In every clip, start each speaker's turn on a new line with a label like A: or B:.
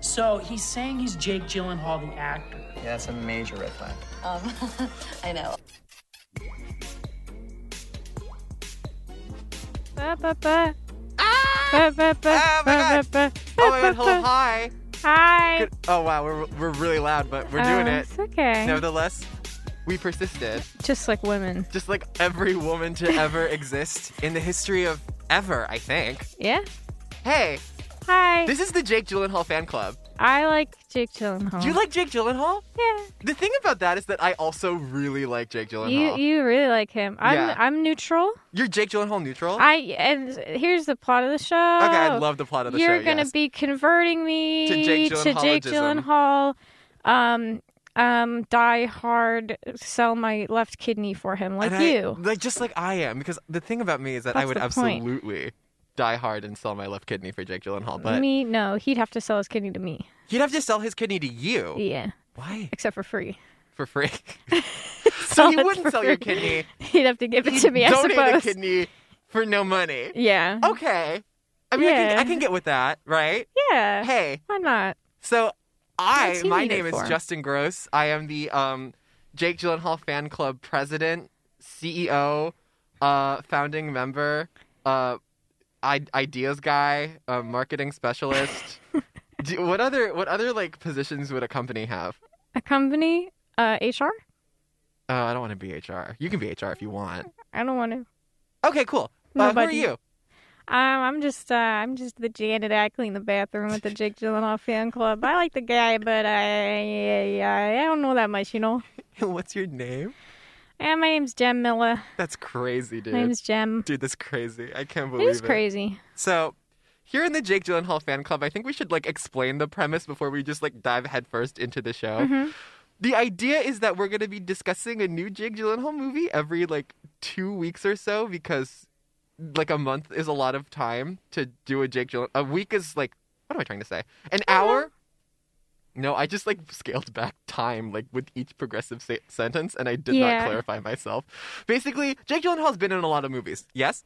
A: So he's saying he's Jake Gyllenhaal, the actor.
B: Yeah, that's a major red flag.
C: Um, I know.
D: Ba, ba, ba.
B: Ah!
D: Ba, ba, ba,
B: Oh my
D: ba,
B: God.
D: ba, ba.
B: Oh my
D: Ba,
B: god,
D: ba,
B: hello, hi.
D: ba. Hi.
B: Good- Oh wow, we're, we're really loud, but we're doing
D: Oh,
B: it.
D: It's okay.
B: Nevertheless, we persisted.
D: Just like women.
B: Just like every woman to ever exist in the history of ever, I think.
D: Yeah.
B: Hey,
D: Hi.
B: this is the Jake Gyllenhaal fan club.
D: I like Jake Gyllenhaal.
B: Do you like Jake Gyllenhaal?
D: Yeah.
B: The thing about that is that I also really like Jake
D: You
B: Gyllenhaal.
D: you really like him. I'm
B: Yeah.
D: I'm neutral.
B: You're Jake Gyllenhaal neutral.
D: I and here's the plot of the show.
B: okay, I love the plot of the show.
D: You're gonna
B: yes.
D: be converting me
B: To Jake
D: to Jake Gyllenhaal. Um, um, die hard, sell my left kidney for him, like
B: And I-
D: you.
B: like just like I am, because the thing about me is that I
D: That's
B: would
D: the point.
B: absolutely die hard and sell my left kidney for Jake Gyllenhaal, but
D: me, no, he'd have to sell his kidney to me.
B: he'd have to sell his kidney to you.
D: Yeah,
B: Why?
D: except for free.
B: For free. so
D: Sell
B: he
D: it
B: wouldn't
D: for
B: sell your
D: free.
B: kidney.
D: He'd have to give it to me, I
B: Donate
D: suppose.
B: a kidney Oh, for no money.
D: Yeah,
B: Okay. I mean, I, can,
D: Yeah.
B: I can get with that, right?
D: yeah.
B: Hey,
D: Why not?
B: so I,
D: What's he
B: my
D: need it
B: name is
D: for?
B: Justin Gross. I am the um, Jake Gyllenhaal fan club president, CEO, uh, founding member, uh, I- ideas guy, uh, marketing specialist. Do, what other what other like positions would a company have?
D: A company, uh, HR.
B: Uh, I don't want to be HR. You can be HR if you want.
D: I don't want to. Um,
B: Okay, cool. Uh, who are
D: Nobody.
B: you?
D: I'm just, uh, I'm just the janitor. I clean the bathroom at the Jake Gyllenhaal fan club. I like the guy, but I, I, I don't know that much, you know.
B: What's your name?
D: And my name's Jem Miller.
B: That's crazy, dude.
D: My name's Jem.
B: Dude, that's crazy. I can't
D: It
B: believe
D: is crazy.
B: So, here in the Jake Gyllenhaal fan club, I think we should like explain the premise before we just like dive headfirst into the show.
D: Mhm.
B: The idea is that we're going to be discussing a new Jake Gyllenhaal movie every like two weeks or so because like a month is a lot of time to do a Jake Gyllenhaal. A week is like what am I trying to say? An hour. No, I just like scaled back time like with each progressive sa- sentence, and I did not
D: Yeah.
B: clarify myself. Basically, Jake Gyllenhaal's been in a lot of movies. Yes,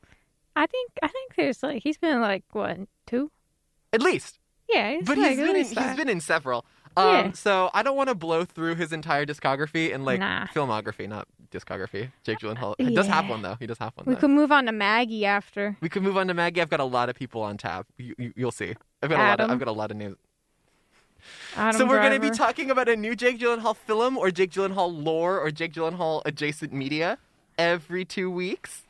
D: I think, I think there's like he's been in, like what two?
B: at least.
D: Yeah, he's
B: but
D: like,
B: he's
D: at
B: been in,
D: least
B: he's
D: that.
B: been in several. Um,
D: Yeah.
B: So I don't want to blow through his entire discography and like
D: Nah.
B: filmography, not discography. Jake Gyllenhaal he does have
D: yeah.
B: one though. He does have one.
D: We
B: though.
D: could move on to Maggie after.
B: we could move on to Maggie. I've got a lot of people on tap. You, you, you'll see. I've got a lot. Of,
D: Adam.
B: I've got a lot of names.
D: Adam
B: so we're
D: Driver.
B: gonna be talking about a new Jake Gyllenhaal film or Jake Gyllenhaal lore or Jake Gyllenhaal adjacent media every two weeks.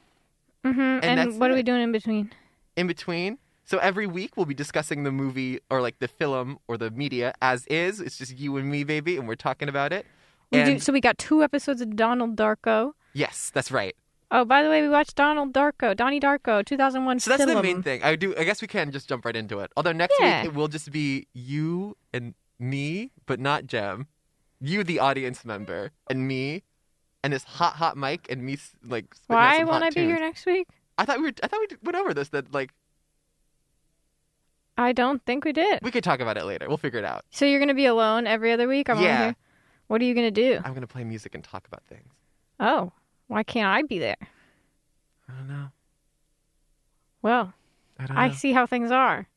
D: hmm And,
B: that's
D: what are we
B: it.
D: doing in between?
B: in between. So every week we'll be discussing the movie or like the film or the media as is. It's just you and me, baby, and we're talking about it.
D: We do,
B: and
D: so we got two episodes of Donald Darko.
B: yes, that's right.
D: Oh, by the way, we watched Donald Darko, Donnie Darko, 2001
B: So that's the main
D: film.
B: thing. I do. I guess we can just jump right into it. Although next
D: Yeah.
B: week it will just be you and me, but not Jem. You, the audience member, and me, and this hot, hot mic, and me s- like. spitting out
D: Why
B: some
D: won't
B: hot
D: I be here
B: tunes.
D: next week?
B: I thought we were, I thought we went over this. That like
D: I don't think we did.
B: we could talk about it later. We'll figure it out.
D: So you're gonna be alone every other week. I'm on
B: Yeah.
D: here. What are you gonna do?
B: I'm gonna play music and talk about things.
D: Oh, why can't I be there?
B: I don't know.
D: Well,
B: I don't know.
D: I see how things are.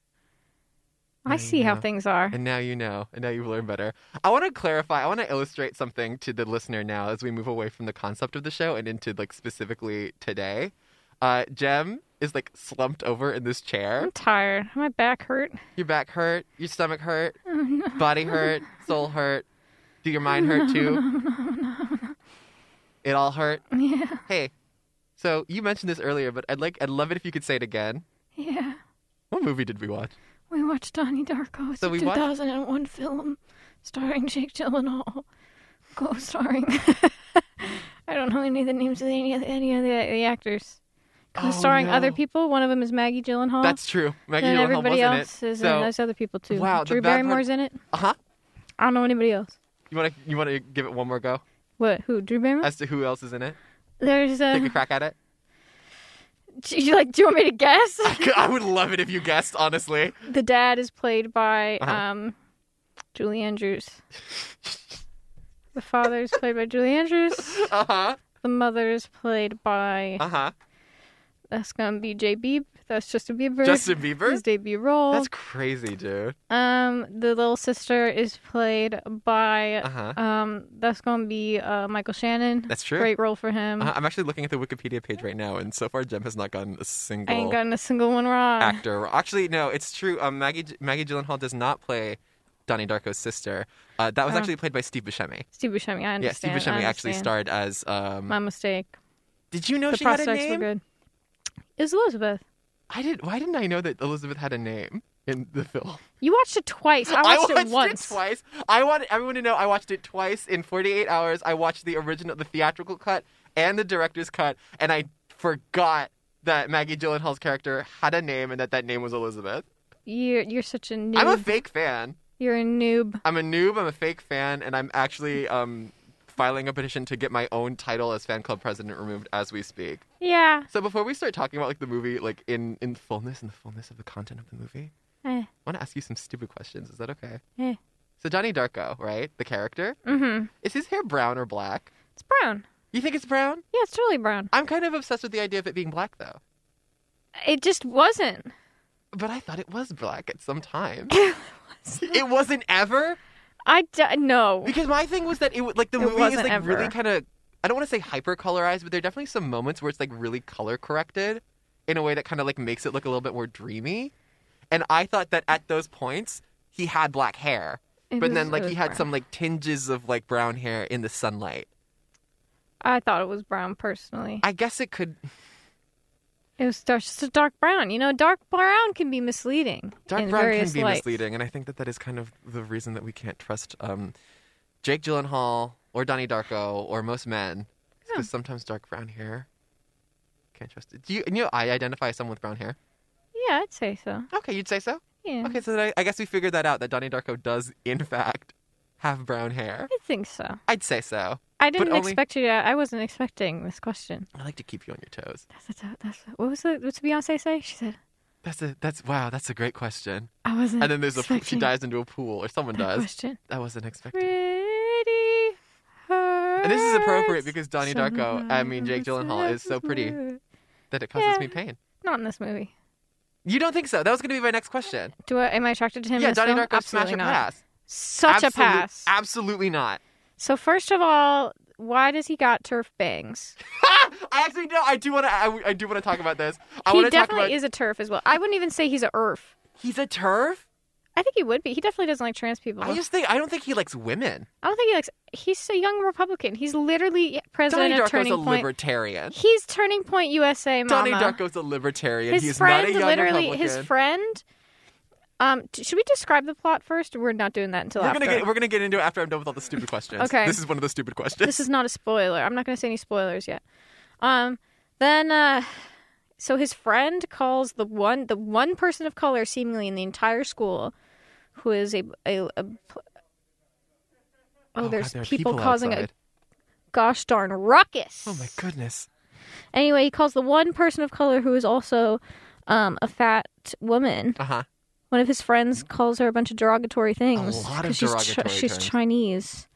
B: Yeah,
D: I see how
B: yeah.
D: things are.
B: And now you know, and now you've learned better. I want to clarify, I want to illustrate something to the listener now as we move away from the concept of the show and into like specifically today. Uh, Jem is like slumped over in this chair.
D: I'm tired. My back hurt.
B: Your back hurt, your stomach hurt,
D: Oh, no.
B: body hurt, soul hurt. Do your mind hurt too? It all hurt.
D: Yeah,
B: Hey, so you mentioned this earlier, but I'd like, I'd love it if you could say it again.
D: yeah.
B: What movie did we watch?
D: We watched Donnie Darko. It's
B: So
D: a
B: we watched-
D: 2001 film starring Jake Gyllenhaal, co-starring. I don't know any of the names of any of the, any of the, the actors.
B: Oh,
D: starring other
B: no.
D: people. One of them is Maggie Gyllenhaal.
B: That's true. Maggie
D: and
B: Gyllenhaal
D: Oh, everybody
B: wasn't
D: else
B: it?
D: is in
B: so,
D: those other people too.
B: Wow, the
D: Drew
B: bad part-
D: Barrymore's in it.
B: uh huh.
D: I don't know anybody else.
B: You want to, you want to give it one more go?
D: What? Who? Drew Barrymore?
B: as to who else is in it?
D: There's uh,
B: Take a crack at it.
D: you like? Do you want me to guess?
B: I would love it if you guessed, honestly.
D: the dad is played by
B: Uh-huh.
D: um, Julie Andrews. the father is played by Julie Andrews.
B: Uh huh.
D: The mother is played by
B: Uh huh.
D: that's gonna be J. Beeb. That's Justin Bieber.
B: Justin Bieber?
D: His debut role.
B: That's crazy, dude.
D: Um, the little sister is played by
B: Uh huh.
D: um. That's gonna be uh Michael Shannon.
B: That's true.
D: Great role for him.
B: Uh, I'm actually looking at the Wikipedia page right now, and so far Jem has not gotten a
D: I
B: single
D: ain't gotten a single one wrong.
B: actor. Actually, no, it's true. Um, Maggie G- Maggie Gyllenhaal does not play Donnie Darko's sister. Uh, that was
D: Oh.
B: actually played by Steve Buscemi.
D: Steve Buscemi. I understand.
B: Yeah, Steve
D: I
B: Buscemi actually
D: understand.
B: starred as. Um,
D: My mistake.
B: did you know
D: the
B: she had a
D: prospects were
B: name?
D: good. It's Elizabeth.
B: I did. Why didn't I know that Elizabeth had a name in the film?
D: You watched it twice. I watched, it once.
B: twice. I want everyone to know I watched it twice in 48 hours. I watched the original, the theatrical cut, and the director's cut, and I forgot that Maggie Gyllenhaal's character had a name and that that name was Elizabeth.
D: You're you're such a noob.
B: I'm a fake fan.
D: You're a noob.
B: I'm a noob. I'm a fake fan, and I'm actually um, filing a petition to get my own title as fan club president removed as we speak.
D: Yeah.
B: So before we start talking about like the movie, like in in fullness, in the fullness of the content of the movie,
D: Eh.
B: I want to ask you some stupid questions. Is that okay?
D: Eh.
B: So Johnny Darko, right? The character.
D: Mm-hmm.
B: Is his hair brown or black?
D: It's brown.
B: You think it's brown?
D: Yeah, it's totally brown.
B: I'm kind of obsessed with the idea of it being black though.
D: It just wasn't.
B: But I thought it was black at some time. it wasn't ever
D: I d- no.
B: because my thing was that it would like the
D: It
B: movie is
D: wasn't
B: like really
D: ever.
B: kind of I don't want to say hyper colorized, but there are definitely some moments where it's like really color corrected in a way that kind of like makes it look a little bit more dreamy. And I thought that at those points he had black hair,
D: It
B: but
D: was-
B: then like
D: it
B: he
D: was
B: had
D: brown.
B: some like tinges of like brown hair in the sunlight.
D: I thought it was brown personally.
B: I guess it could
D: It was dark, just a dark brown. You know, dark brown can be misleading.
B: Dark
D: in
B: brown can
D: various
B: be
D: lights.
B: misleading, and I think that that is kind of the reason that we can't trust um, Jake Gyllenhaal or Donnie Darko or most men,
D: Yeah.
B: because sometimes dark brown hair can't trust it. Do you? And you, know, I identify as someone with brown hair.
D: Yeah, I'd say so.
B: Okay, you'd say so.
D: Yeah,
B: Okay, so then I, I guess we figured that out that Donnie Darko does in fact have brown hair.
D: I think so.
B: I'd say so.
D: I didn't
B: only-
D: expect you. To, I wasn't expecting this question.
B: I like to keep you on your toes.
D: That's a, that's a, what was it? What's Beyonce say? She said,
B: That's a that's wow. That's a great question.
D: "I wasn't."
B: And then there's a pool- she
D: expecting
B: dives into a pool or someone
D: that
B: does.
D: Question.
B: I wasn't expecting.
D: Pretty hurts.
B: And this is appropriate because Donnie Darko, I
D: Sometimes
B: mean Jake Gyllenhaal, is so pretty
D: it's-
B: that it causes
D: Yeah.
B: me pain.
D: Not in this movie.
B: You don't think so? That was going to be my next question.
D: Do I? Am I attracted to him? in
B: yeah,
D: this
B: Donnie
D: film?
B: Darko smash
D: Absolutely
B: or
D: not.
B: pass.
D: Such
B: Absolute-
D: a pass.
B: Absolutely not.
D: so first of all, why does he got turf bangs?
B: I actually no. I do want to. I, I do want to talk about this. I
D: he
B: want to talk
D: definitely
B: about.
D: is a turf as well. I wouldn't even say he's a earth.
B: He's a turf.
D: I think he would be. He definitely doesn't like trans people.
B: I just think I don't think he likes women.
D: I don't think he likes. He's a young Republican. He's literally president
B: Donnie
D: of
B: Darko's
D: Turning
B: a
D: Point.
B: libertarian.
D: He's Turning Point USA, mama.
B: Donnie Darko's a libertarian.
D: his
B: He's
D: friend,
B: not a young
D: literally,
B: Republican.
D: his friend. Um, t- should we describe the plot first? We're not doing that until
B: We're
D: after.
B: gonna get we're gonna get into it after I'm done with all the stupid questions.
D: Okay.
B: This is one of the stupid questions.
D: this is not a spoiler. I'm not going to say any spoilers yet. Um, then, uh, so his friend calls the one the one person of color seemingly in the entire school, who is a a. a pl-
B: oh,
D: Oh,
B: God,
D: there's
B: there are
D: people, causing
B: outside.
D: a gosh darn ruckus.
B: Oh my goodness.
D: Anyway, he calls the one person of color who is also um, a fat woman.
B: Uh huh.
D: One of his friends calls her a bunch of derogatory things.
B: lot of
D: 'cause she's
B: derogatory
D: she's
B: terms.
D: Chinese.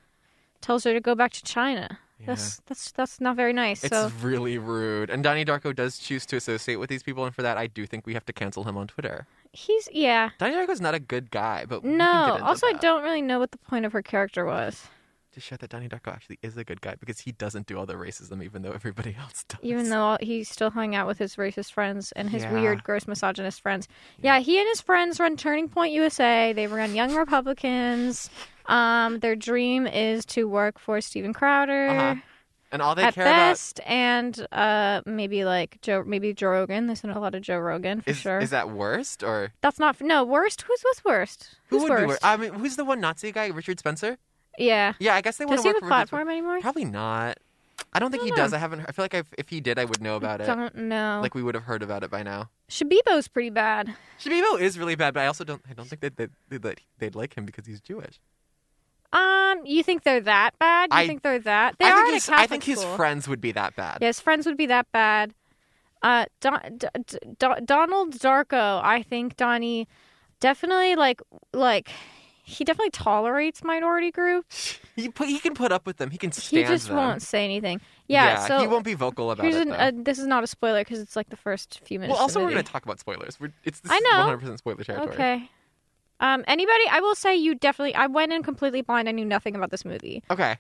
D: Tells her to go back to China. That's that's that's not very nice.
B: It's
D: so
B: really rude. And Donnie Darko does choose to associate with these people, and for that, I do think we have to cancel him on Twitter.
D: he's yeah.
B: Donnie Darko's not a good guy, but we can get
D: No.
B: into
D: Also, I
B: that.
D: don't really know what the point of her character was,
B: to show that Donnie Darko actually is a good guy because he doesn't do all the racism, even though everybody else does.
D: even though he still hung out with his racist friends and his
B: Yeah.
D: weird, gross, misogynist friends. Yeah. he and his friends run Turning Point USA. They run Young Republicans. Um, their dream is to work for Steven Crowder.
B: Uh-huh. and all they
D: at
B: care
D: best, and uh, maybe like Joe, maybe Joe Rogan. There's not a lot of Joe Rogan for
B: about is
D: sure.
B: is that worst or
D: That's not no worst. Who's what's worst?
B: who
D: Who's
B: would
D: worst?
B: be worst? I mean, who's the one Nazi guy? Richard Spencer?
D: Yeah.
B: Yeah, I guess they want
D: Does
B: to
D: he
B: work
D: have a
B: for Richard
D: platform anymore?
B: Spencer. Probably not. I don't think he
D: don't
B: does.
D: know.
B: I haven't. I feel like I've, if he did, I would know about it.
D: Don't know.
B: Like we would have heard about it by now.
D: Shabibo's pretty bad.
B: Shabibo is really bad, but I also don't. I don't think that that that they'd like him because he's Jewish.
D: Um, you think they're that bad? You
B: I-
D: think they're that? They
B: I
D: are
B: think
D: at
B: his,
D: a Catholic
B: I think
D: school.
B: his friends would be that bad.
D: Yeah, his friends would be that bad. Uh, Don, D- D- Don- Donald Darko, I think Donnie definitely like like he definitely tolerates minority groups.
B: He put, he can put up with them. He can
D: He
B: stand
D: just
B: them.
D: won't say anything. Yeah, so
B: he won't be vocal about
D: here's
B: it.
D: an,
B: though.
D: uh, this is not a spoiler because it's like the first few minutes.
B: well,
D: of
B: also
D: the
B: we're going
D: movie.
B: to talk about spoilers. We're, it's this
D: I know.
B: is 100% spoiler territory.
D: Okay. Um, anybody? I will say you definitely. I went in completely blind. I knew nothing about this movie.
B: Okay.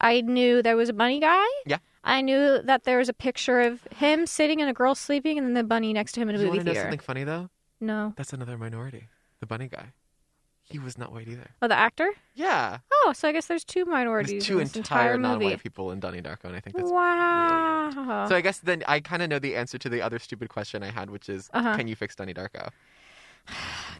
D: I knew there was a bunny guy.
B: Yeah.
D: I knew that there was a picture of him sitting and a girl sleeping, and then the bunny next to him in a
B: you
D: movie
B: wanna know
D: theater.
B: something funny though?
D: No.
B: That's another minority. The bunny guy. He was not white either.
D: Oh, the actor.
B: Yeah.
D: Oh, so I guess there's two minorities in
B: There's two
D: this entire,
B: entire
D: movie.
B: non-white people in Donnie Darko, and I think that's
D: Wow.
B: So I guess then I kind of know the answer to the other stupid question I had, which is,
D: Uh-huh.
B: can you fix Donnie Darko?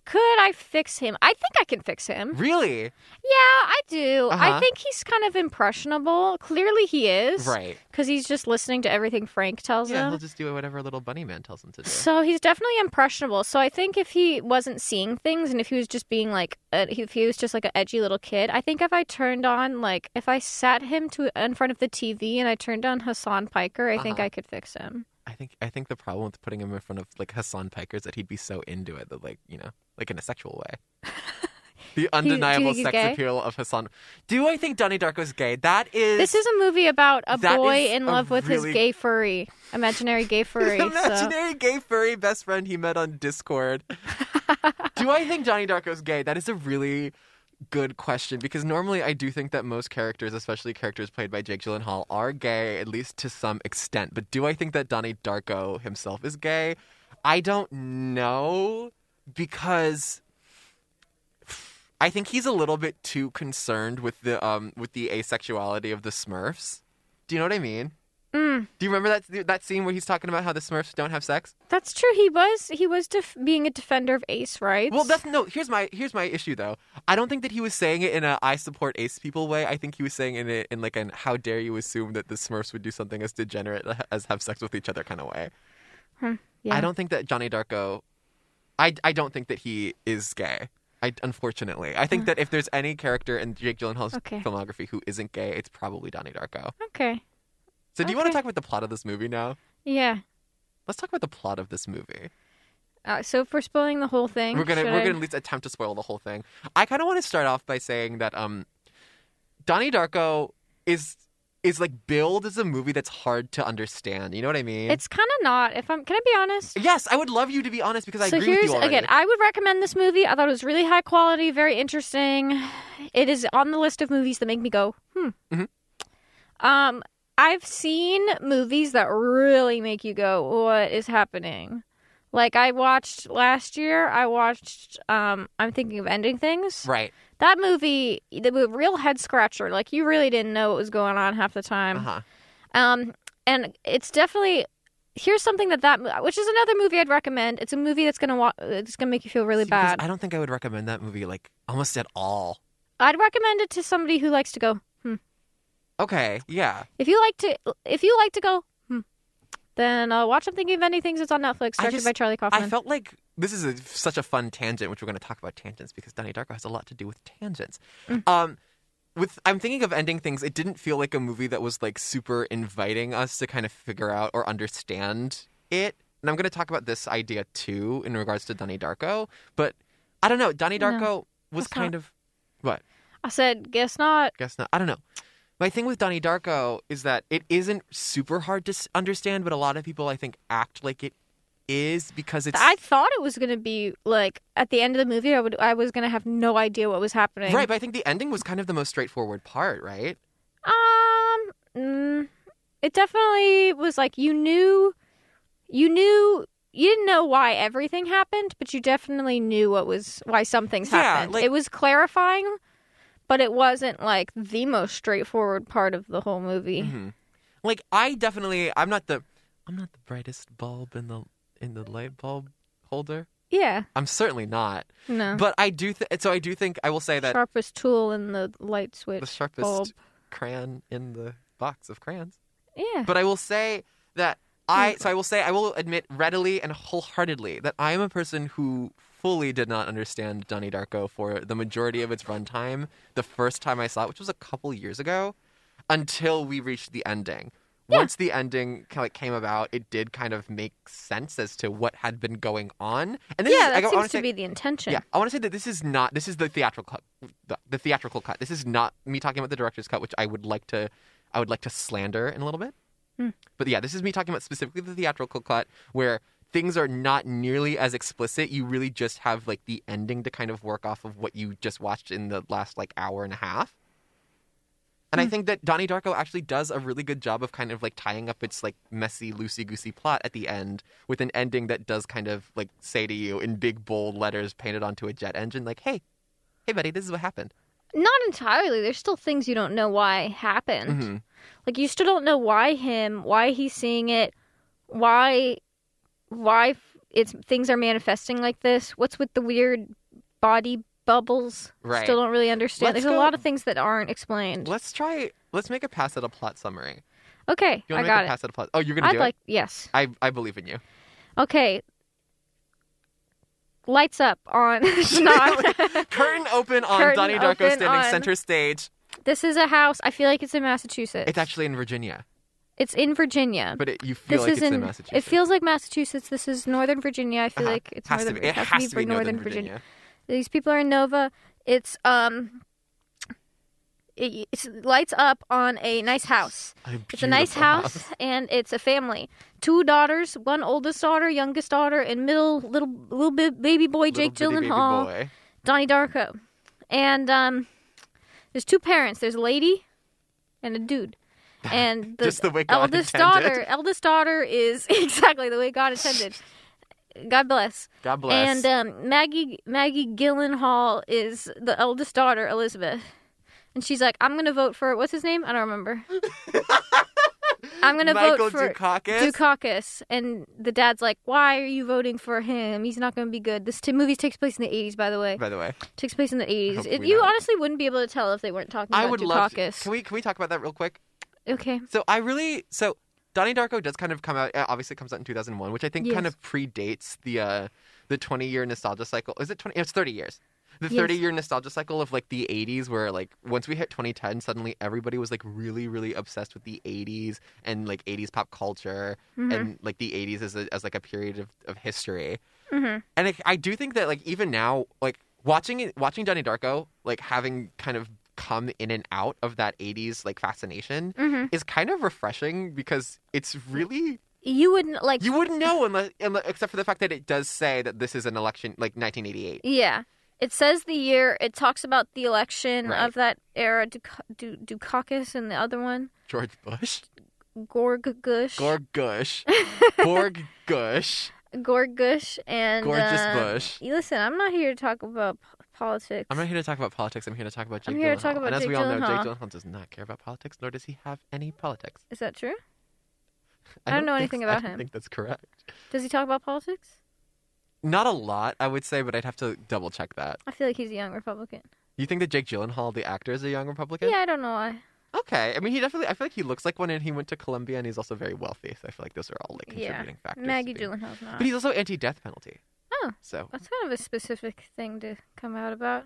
D: Could I fix him? I think I can fix him.
B: Really?
D: Yeah, I do. I
B: Uh-huh.
D: think he's kind of impressionable. Clearly, he is.
B: Right.
D: Because he's just listening to everything Frank tells
B: Yeah,
D: him.
B: he'll just do whatever little bunny man tells him to do.
D: So he's definitely impressionable. So I think if he wasn't seeing things and if he was just being like, a, if he was just like an edgy little kid, I think if I turned on like if I sat him to in front of the TV and I turned on Hassan Piker, I think
B: Uh-huh.
D: I could fix him.
B: I think I think the problem with putting him in front of like Hassan Piker is that he'd be so into it that like you know like in a sexual way. the undeniable
D: he's
B: sex
D: gay?
B: appeal of Hassan. Do I think Donnie Darko's gay? That is.
D: This is a movie about a
B: That
D: boy
B: is
D: in
B: a
D: love with
B: really-
D: his gay furry, imaginary gay furry.
B: his
D: so.
B: imaginary gay furry best friend he met on Discord. do I think Johnny Darko's gay? That is a really good question because normally I do think that most characters, especially characters played by Jake Gyllenhaal, are gay at least to some extent. But do I think that Donnie Darko himself is gay? I don't know because I think he's a little bit too concerned with the um with the asexuality of the Smurfs. Do you know what I mean? Do you remember that that scene where he's talking about how the Smurfs don't have sex?
D: That's true. He was he was def- being a defender of ace rights.
B: Well, that's no. Here's my here's my issue though. I don't think that he was saying it in a I support ace people way. I think he was saying in it in like an how dare you assume that the Smurfs would do something as degenerate as have sex with each other kind of way.
D: yeah.
B: I don't think that Johnny Darko. I I don't think that he is gay. I unfortunately I think that if there's any character in Jake Gyllenhaal's
D: Okay.
B: filmography who isn't gay, it's probably Donnie Darko.
D: okay.
B: So do you want to
D: Okay.
B: talk about the plot of this movie now?
D: Yeah.
B: Let's talk about the plot of this movie.
D: Uh, so if we're spoiling the whole thing,
B: we're gonna
D: should
B: we're
D: I-
B: gonna at least attempt to spoil the whole thing. I kind of want to start off by saying that um, Donnie Darko is is like billed as a movie that's hard to understand. You know what I mean?
D: It's kind of not. If I'm, can I be honest?
B: yes, I would love you to be honest because I
D: so
B: agree
D: here's
B: with you already.
D: again. I would recommend this movie. I thought it was really high quality, very interesting. It is on the list of movies that make me go, hmm.
B: Mhm.
D: Um, I've seen movies that really make you go, what is happening? Like I watched last year. I watched. Um, I'm thinking of ending things.
B: right?
D: That movie, the the real head scratcher. Like you really didn't know what was going on half the time.
B: Uh huh.
D: Um, and it's definitely here's something that that mo- which is another movie I'd recommend. It's a movie that's gonna wa- it's gonna make you feel really bad.
B: I don't think I would recommend that movie like almost at all.
D: I'd recommend it to somebody who likes to go. Hmm.
B: Okay. Yeah.
D: If you like to, if you like to go, hmm, then uh, watch I'm Thinking of Ending Things. It's on Netflix,
B: I
D: directed
B: just-
D: by Charlie Kaufman.
B: I felt like this is a, such a fun tangent, which we're going to talk about tangents because Donnie Darko has a lot to do with tangents.
D: Mm.
B: Um, with I'm thinking of ending things. It didn't feel like a movie that was like super inviting us to kind of figure out or understand it. And I'm going to talk about this idea too in regards to Donnie Darko. But I don't know. Donnie
D: No,
B: Darko was
D: that's not-
B: kind of what
D: I said, guess not.
B: guess not. I don't know. My thing with Donnie Darko is that it isn't super hard to s- understand, but a lot of people I think act like it is because it's
D: I thought it was gonna be like at the end of the movie. I would, I was gonna have no idea what was happening.
B: Right, but I think the ending was kind of the most straightforward part, right?
D: Um, mm, it definitely was like you knew, you knew, you didn't know why everything happened, but you definitely knew what was why some things
B: Yeah,
D: happened.
B: like-
D: it was clarifying, but it wasn't like the most straightforward part of the whole movie.
B: Mm-hmm. Like I definitely I'm not the I'm not the brightest bulb in the in the light bulb holder.
D: Yeah,
B: I'm certainly not.
D: no,
B: But I do th- so I do think I will say that
D: sharpest tool in the light switch.
B: the sharpest
D: bulb.
B: crayon in the box of crayons.
D: Yeah,
B: But I will say that I so I will say I will admit readily and wholeheartedly that I am a person who fully did not understand Donnie Darko for the majority of its runtime the first time I saw it, which was a couple years ago, until we reached the ending.
D: Yeah.
B: once the ending kind of like, came about, it did kind of make sense as to what had been going on. And this
D: yeah,
B: is,
D: that
B: I,
D: seems
B: want
D: to
B: say,
D: be the intention.
B: yeah, I want to say that this is not this is the theatrical cut, the, the theatrical cut. This is not me talking about the director's cut, which I would like to I would like to slander in a little bit.
D: Hmm.
B: But yeah, this is me talking about specifically the theatrical cut where things are not nearly as explicit. You really just have like the ending to kind of work off of what you just watched in the last like hour and a half. And
D: Hmm.
B: I think that Donnie Darko actually does a really good job of kind of like tying up its like messy, loosey goosey plot at the end with an ending that does kind of like say to you in big bold letters painted onto a jet engine, like, hey, hey, buddy, this is what happened.
D: Not entirely. There's still things you don't know why happened.
B: Mhm.
D: Like you still don't know why him, why he's seeing it, why why f- it's things are manifesting like this. What's with the weird body bubbles?
B: Right.
D: Still don't really understand.
B: Let's
D: There's
B: go-
D: a lot of things that aren't explained.
B: Let's try, let's make a pass at a plot summary.
D: Okay,
B: You
D: I
B: want to
D: got
B: make a
D: it.
B: pass at a plot? Oh, you're going to
D: I'd
B: do
D: like
B: it?
D: yes.
B: I, I believe in you.
D: Okay. Lights up on Not.
B: Curtain open on
D: Curtain
B: Donnie Darko
D: open
B: standing
D: on-
B: center stage.
D: This is a house. I feel like it's in Massachusetts.
B: It's actually in Virginia,
D: it's in Virginia.
B: but it, you feel like
D: is
B: it's in, Massachusetts.
D: It feels like Massachusetts. This is Northern Virginia. I feel
B: Uh-huh.
D: like it's
B: has
D: northern.
B: to be. It has, to be Northern, Virginia.
D: These people are in Nova. It's um, it, it's lights up on a nice house. It's a nice
B: beautiful
D: house, and it's a family. Two daughters, one oldest daughter, youngest daughter, and middle little little bi- baby boy
B: Little
D: Jake
B: bitty baby
D: Gyllenhaal,
B: boy.
D: Donnie Darko, and um, there's two parents. There's a lady and a dude. And the
B: Just the way God
D: eldest
B: intended.
D: daughter, eldest daughter is exactly the way God intended. God bless.
B: God bless.
D: And um, Maggie Maggie Gyllenhaal is the eldest daughter, Elizabeth, and she's like, "I'm gonna vote for what's his name? I don't remember. I'm gonna
B: Michael
D: vote for
B: Dukakis?
D: Dukakis." And the dad's like, "Why are you voting for him? He's not gonna be good." This t- movie takes place in the '80s, by the way.
B: By the way,
D: Takes place in the '80s.
B: Hopefully
D: It, you
B: not.
D: honestly wouldn't be able to tell if they weren't talking
B: I
D: about
B: would love. To,
D: Dukakis.
B: can we can we talk about that real quick?
D: okay.
B: So I really so Donnie Darko does kind of come out. uh, Obviously, it comes out in two thousand one, which I think kind
D: Yes.
B: of predates the uh the twenty year nostalgia cycle. Is it twenty? It's thirty years. The
D: Yes.
B: 30 year nostalgia cycle of like the 80s, where like once we hit 2010, suddenly everybody was like really, really obsessed with the 80s and like 80s pop culture and like the 80s as, a, as like a period of, of history.
D: Mhm.
B: And I, I do think that like even now, like watching it, watching Johnny Darko, like having kind of come in and out of that 80s like fascination
D: Mhm.
B: is kind of refreshing because it's really
D: You wouldn't like.
B: you wouldn't know unless, unless except for the fact that it does say that this is an election like 1988.
D: Yeah. It says the year. It talks about the election
B: Right.
D: of that era, Duk- Du- Dukakis and the other one,
B: George Bush,
D: Gorg Gush.
B: Gorg Gush, Gorg Gush,
D: Gorg Gush and.
B: Gorgeous
D: uh,
B: Bush.
D: you Listen, I'm not here to talk about p- politics.
B: I'm not here to talk about politics. I'm here to talk about Jake
D: I'm here to
B: Gyllenhaal.
D: talk about
B: and as
D: Jake
B: we all know, Jake
D: Gyllenhaal.
B: Gyllenhaal does not care about politics, nor does he have any politics.
D: Is that true? I don't know
B: think
D: anything
B: so-
D: about
B: I don't
D: him.
B: think that's correct.
D: Does he talk about politics?
B: Not a lot, I would say, but I'd have to double check that.
D: I feel like he's a young Republican.
B: You think that Jake Gyllenhaal, the actor, is a young Republican?
D: Yeah, I don't know why.
B: Okay. I mean, he definitely. I feel like he looks like one, and he went to Columbia, and he's also very wealthy. So I feel like those are all like
D: Yeah.
B: contributing factors. to
D: Maggie
B: being-
D: Gyllenhaal's not.
B: But he's also anti-death penalty.
D: Oh.
B: So
D: That's kind of a specific thing to come out about.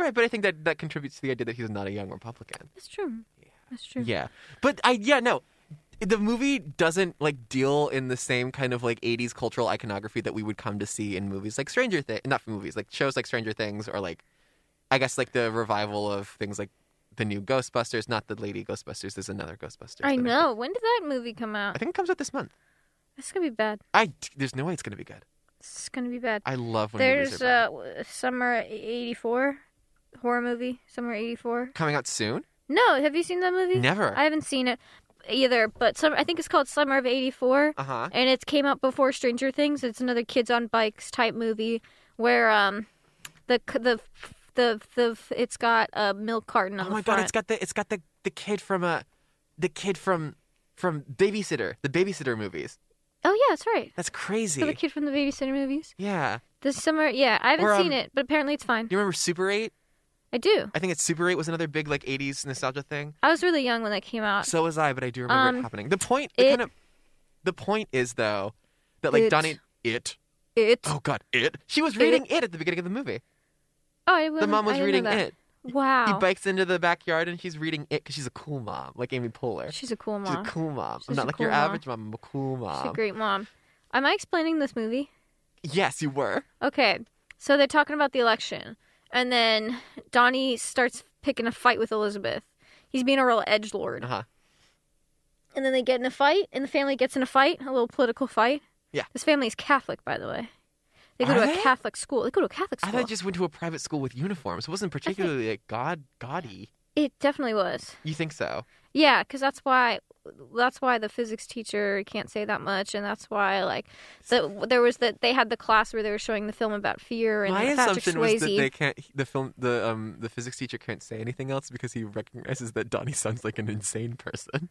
B: right, but I think that that contributes to the idea that he's not a young Republican.
D: That's true. That's true.
B: Yeah. But I yeah no. The movie doesn't like deal in the same kind of like 80s cultural iconography that we would come to see in movies like Stranger Things, not movies, like shows like Stranger Things or like I guess like the revival of things like the new Ghostbusters, not the Lady Ghostbusters, there's another Ghostbusters.
D: I
B: that
D: know. When did that movie come
B: I
D: out?
B: think it comes out this month.
D: This is going to be bad.
B: I there's no way it's going to be good.
D: It's going to be bad.
B: I love when movies
D: There's
B: are bad.
D: uh, w- summer '84 horror movie. Summer '84.
B: coming out soon.
D: No, have you seen that movie?
B: Never.
D: I haven't seen it either. But summer, I think it's called Summer of '84,
B: Uh huh.
D: and it came out before Stranger Things. It's another kids on bikes type movie where um the c- the the the it's got a milk carton on
B: Oh
D: the
B: my
D: front.
B: god, it's got the it's got the the kid from uh the kid from from Babysitter, the Babysitter movies.
D: oh yeah, that's right.
B: That's crazy.
D: For the kid from the babysitter movies.
B: Yeah.
D: This summer, yeah, I haven't
B: Or,
D: seen
B: um,
D: it, but apparently it's fine.
B: Do you remember Super 8?
D: I do.
B: I think it's Super 8 was another big like 80s nostalgia thing.
D: I was really young when that came out.
B: So was I, but I do remember it
D: Uh, Um,
B: happening. The point the
D: it-
B: kind of the point is though that like
D: It.
B: Donnie it.
D: It.
B: Oh god, it. She was reading it, at the beginning of the movie.
D: Oh, I
B: The mom was reading
D: that.
B: it.
D: Wow.
B: He bikes into the backyard and she's reading it because she's a cool mom, like Amy Poehler.
D: She's a cool
B: She's
D: mom.
B: a cool mom.
D: She's
B: I'm
D: a
B: not like your
D: cool mom.
B: average mom. I'm a cool
D: She's a
B: mom.
D: great mom. Am I explaining this movie?
B: Yes, you were.
D: Okay, so they're talking about the election, and then Donnie starts picking a fight with Elizabeth. He's being a real edge lord,
B: Uh huh.
D: and then they get in a fight, and the family gets in a fight, a little political fight.
B: Yeah.
D: this family is Catholic, by the way. They go
B: Are
D: to a
B: they?
D: Catholic school. They go to a Catholic
B: I
D: school.
B: thought you just went to a private school with uniforms. It wasn't particularly like god gaudy.
D: It definitely was.
B: You think so?
D: Yeah, because that's why that's why the physics teacher can't say that much, and that's why like the, there was that they had the class where they were showing the film about fear and
B: My
D: Patrick
B: assumption
D: Swayze.
B: was that they can't. The film, the um, the physics teacher can't say anything else because he recognizes that Donnie sounds like an insane person.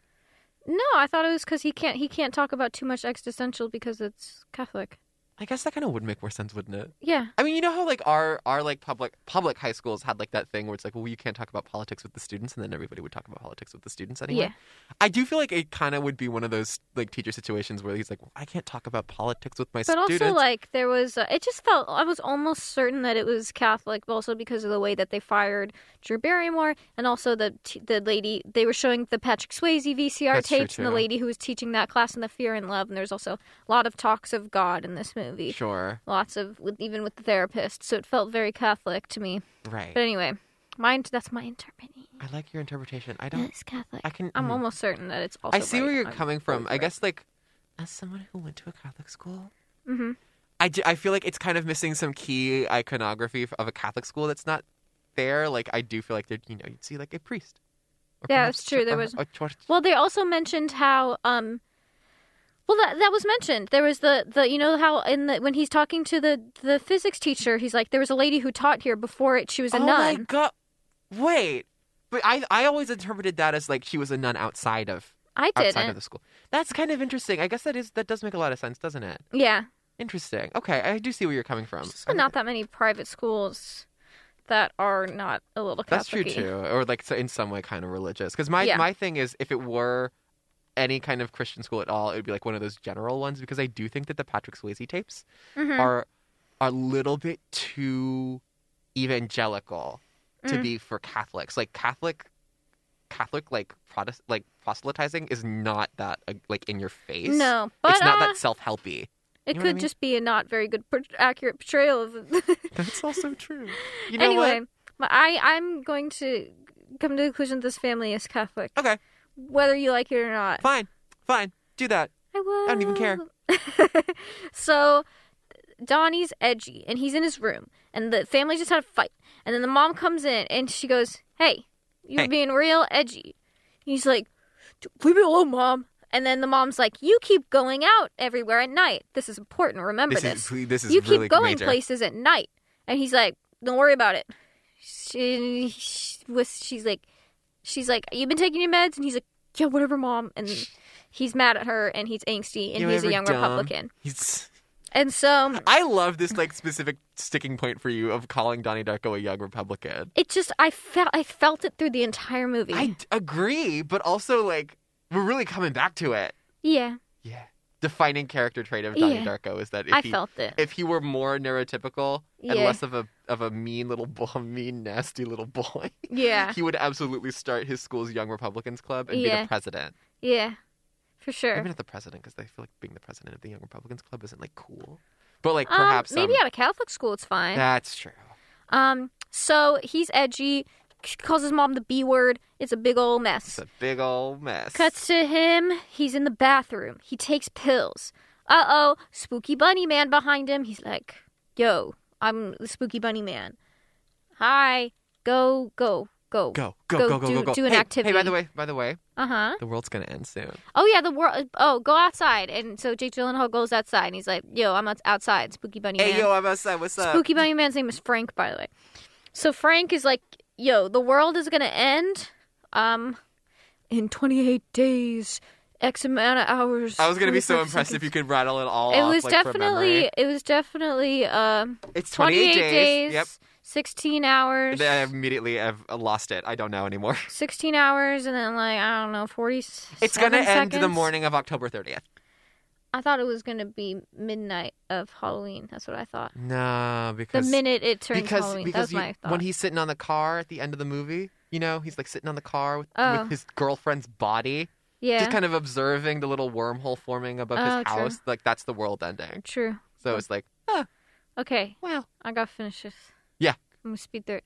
D: No, I thought it was because he can't he can't talk about too much existential because it's Catholic.
B: I guess that kind of would make more sense, wouldn't it?
D: Yeah,
B: I mean, you know how like our our like public public high schools had like that thing where it's like, well, you can't talk about politics with the students, and then everybody would talk about politics with the students anyway.
D: Yeah.
B: I do feel like it kind of would be one of those like teacher situations where he's like, well, I can't talk about politics with my
D: but
B: students.
D: also like there was uh, it just felt I was almost certain that it was Catholic, but also because of the way that they fired Drew Barrymore and also the t- the lady they were showing the Patrick Swayze VCR
B: That's true,
D: tapes and the
B: too.
D: lady who was teaching that class and the fear and love and there's also a lot of talks of God in this movie.
B: sure,
D: Lots of with, even with the therapist, so it felt very Catholic to me.
B: right?
D: But anyway, mine that's my interpreting.
B: I like your interpretation. I don't.
D: It's Catholic.
B: I can.
D: I'm
B: mm.
D: almost certain that it's also.
B: I see
D: right.
B: where you're
D: I'm
B: coming from.
D: totally
B: I
D: right.
B: guess like as someone who went to a Catholic school,
D: Mhm.
B: I, ju- I feel like it's kind of missing some key iconography f- of a Catholic school that's not there. Like I do feel like there, you know, you'd see like a priest. Or
D: Yeah,
B: perhaps
D: it's true.
B: ch-
D: There
B: or-
D: was-
B: or church-
D: Well, they also mentioned how um well that that was mentioned. There was the the you know how in the when he's talking to the the physics teacher, he's like there was a lady who taught here before it she was a
B: oh
D: nun.
B: my god! Wait, but I I always interpreted that as like she was a nun outside of
D: I
B: outside of
D: didn't.
B: the school. That's kind of interesting. I guess that is that does make a lot of sense, doesn't it?
D: Yeah.
B: Interesting. Okay, I do see where you're coming from.
D: There's also not that many private schools that are not a little
B: That's true
D: Catholic.
B: too, or like so in some way kind of religious. Because my
D: Yeah.
B: my thing is, if it were any kind of Christian school at all, it would be like one of those general ones. Because I do think that the Patrick Swayze tapes
D: Mhm.
B: are are a little bit too evangelical to
D: Mm.
B: be for Catholics. Like Catholic, Catholic like protest like proselytizing is not that uh, like in your face.
D: No, but
B: it's not
D: uh,
B: that self helpy.
D: it
B: know what I
D: could
B: mean?
D: just be a not very good per- accurate portrayal of the
B: That's also true. You know
D: anyway, my- I I'm going to come to the conclusion this family is Catholic.
B: Okay.
D: Whether you like it or not,
B: what? Fine, fine, do that.
D: I will.
B: don't even care.
D: so Donnie's edgy, and he's in his room, and the family just had a fight, and then the mom comes in, and she goes, "Hey, you're
B: Hey.
D: being real edgy." He's like, "D- "Leave me alone, mom." And then the mom's like, "You keep going out everywhere at night. This is important. Remember
B: This
D: this.
B: is ple- this is
D: you keep
B: really
D: going
B: major.
D: places at night." And he's like, "Don't worry about it." She, she was. She's like, she's like, "You've been taking your meds," and he's like, "Yeah, whatever, mom." And he's mad at her, and he's angsty, and
B: You
D: he's a
B: ever
D: young
B: dumb?
D: Republican.
B: He's
D: And so
B: I love this like specific sticking point for you of calling Donnie Darko a young Republican.
D: it just, I felt, I felt it through the entire movie.
B: I d- agree, but also like we're really coming back to it.
D: yeah,
B: Yeah. Defining character trait of Donnie
D: Yeah.
B: Darko is that if
D: I
B: he
D: felt it.
B: if he were more neurotypical and
D: Yeah.
B: less of a of a mean little boy, mean nasty little boy,
D: Yeah,
B: he would absolutely start his school's young Republicans club and be
D: Yeah.
B: the president.
D: yeah, for sure.
B: Maybe not the president because they feel like being the president of the young Republicans club isn't like cool, but like
D: Um,
B: perhaps
D: maybe
B: um,
D: at a Catholic school, it's fine.
B: that's true.
D: Um, so he's edgy, c- calls his mom the B word. It's a big old mess.
B: It's a big old mess.
D: Cuts to him. He's in the bathroom. He takes pills. Uh oh, spooky bunny man behind him. He's like, yo, I'm the spooky bunny man. Hi, go, go, go.
B: go,
D: Go
B: go, go, go,
D: do-
B: go, go.
D: do an
B: hey, Hey, by
D: activity.
B: the way, by the way,
D: Uh huh.
B: the world's gonna end soon.
D: Oh yeah, the world. Oh, go outside. And so Jake Gyllenhaal goes outside, and he's like, "Yo, I'm outs- outside." Spooky Bunny Man.
B: Hey, yo, I'm outside. What's up?
D: Spooky Bunny Man's name is Frank, by the way. So Frank is like, "Yo, the world is gonna end, um, in 28 days, X amount of hours."
B: I was gonna be so
D: 45
B: impressed if
D: seconds."
B: you could rattle it all
D: It
B: off.
D: was
B: like, from
D: definitely.
B: memory.
D: It was definitely. Um,
B: it's
D: 28
B: 28,
D: days.
B: Yep.
D: 16 hours.
B: Then I immediately have lost it. I don't know anymore.
D: 16 hours, and then like I don't know, 40.
B: It's gonna end the morning of October 30th.
D: I thought it was gonna be midnight of Halloween. That's what I thought.
B: Nah,
D: The
B: because
D: minute it turns
B: because
D: Halloween, that
B: because
D: was
B: you-
D: my thought.
B: when he's sitting on the car at the end of the movie, you know, he's like sitting on the car with,
D: Oh.
B: with his girlfriend's body,
D: yeah,
B: just kind of observing the little wormhole forming above
D: Oh,
B: his
D: true.
B: house. Like that's the world ending.
D: true.
B: So it's like,
D: Okay,
B: well,
D: I gotta finish this.
B: Yeah.
D: I'm gonna speed through it.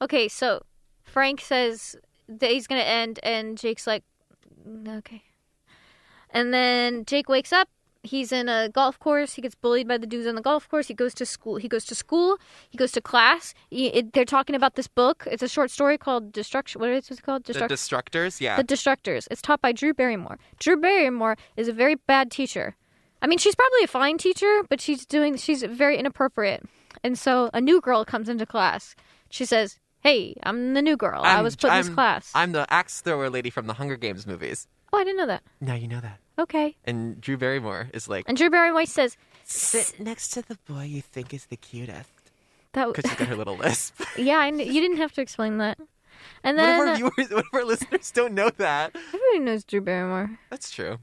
D: Okay, so Frank says that he's gonna end, and Jake's like, "Mm, okay. And then Jake wakes up. He's in a golf course. He gets bullied by the dudes on the golf course. He goes to school. He goes to school. He goes to class. He, it, they're talking about this book. It's a short story called Destruction. What is it called?
B: the
D: Destruction.
B: destructors, yeah.
D: The Destructors. It's taught by Drew Barrymore. Drew Barrymore is a very bad teacher. I mean, she's probably a fine teacher, but she's doing she's very inappropriate. And so a new girl comes into class. She says, "Hey, I'm the new girl. i
B: I'm-
D: was put in this
B: I'm-
D: class."
B: I'm the axe thrower lady from the Hunger Games movies.
D: oh, I didn't know that.
B: Now you know that.
D: Okay.
B: And Drew Barrymore is like,
D: And Drew Barrymore says,
B: sit next to the boy you think is the cutest.
D: "That
B: Because
D: w-
B: she's got her little lisp.
D: yeah, I kn- you didn't have to explain that." And then
B: what if our viewers, what if our listeners don't know that?
D: everybody knows Drew Barrymore.
B: That's true.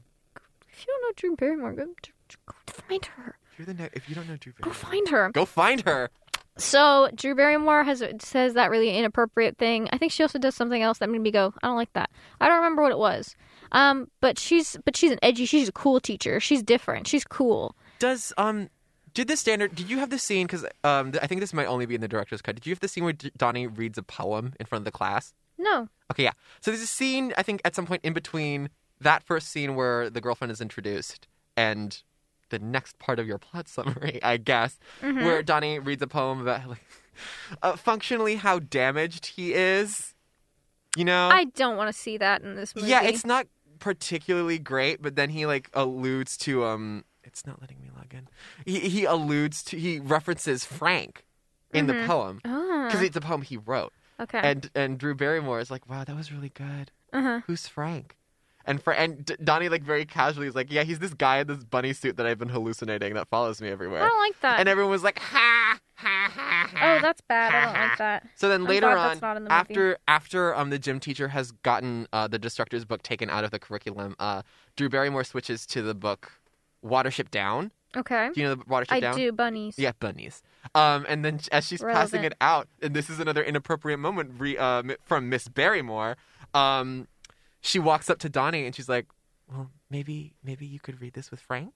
D: If you don't know Drew Barrymore, go, go find her.
B: You're the ne- if you don't know Drew
D: Go
B: Barrymore,
D: find her.
B: go find her.
D: So Drew Barrymore has says that really inappropriate thing. I think she also does something else that made me go, I don't like that. I don't remember what it was. Um, but she's but she's an edgy. She's a cool teacher. She's different. She's cool.
B: Does um did the standard? Did you have the scene? Because um th- I think this might only be in the director's cut. Did you have the scene where D- Donnie reads a poem in front of the class?
D: No,
B: Okay, yeah. So there's a scene I think at some point in between that first scene where the girlfriend is introduced and the next part of your plot summary, I guess, where Donnie reads a poem about like uh, functionally how damaged he is. You know,
D: I don't want to see that in this movie.
B: yeah, it's not particularly great, but then he like alludes to um it's not letting me log in. He he alludes to he references Frank in the poem
D: Ah,
B: because it's a poem he wrote.
D: okay.
B: And and Drew Barrymore is like, "Wow, that was really good.
D: uh-huh.
B: Who's Frank?" And Fra- and D- Donnie like very casually is like, "Yeah, he's this guy in this bunny suit that I've been hallucinating that follows me
D: I
B: everywhere."
D: don't like that.
B: and everyone was like, "Ha ha ha ha."
D: oh, that's bad. I don't like that.
B: So then
D: I'm
B: later
D: glad that's
B: on,
D: not in the movie.
B: after after um the gym teacher has gotten uh, the Destructors book taken out of the curriculum, uh, Drew Barrymore switches to the book Watership Down.
D: Okay.
B: Do you know the Watership
D: I
B: Down?
D: do bunnies.
B: Yeah, bunnies. Um, and then as she's passing
D: Relevant.
B: it out, and this is another inappropriate moment re- uh, m- from Miss Barrymore. Um, she walks up to Donnie and she's like, "Well, maybe maybe you could read this with Frank."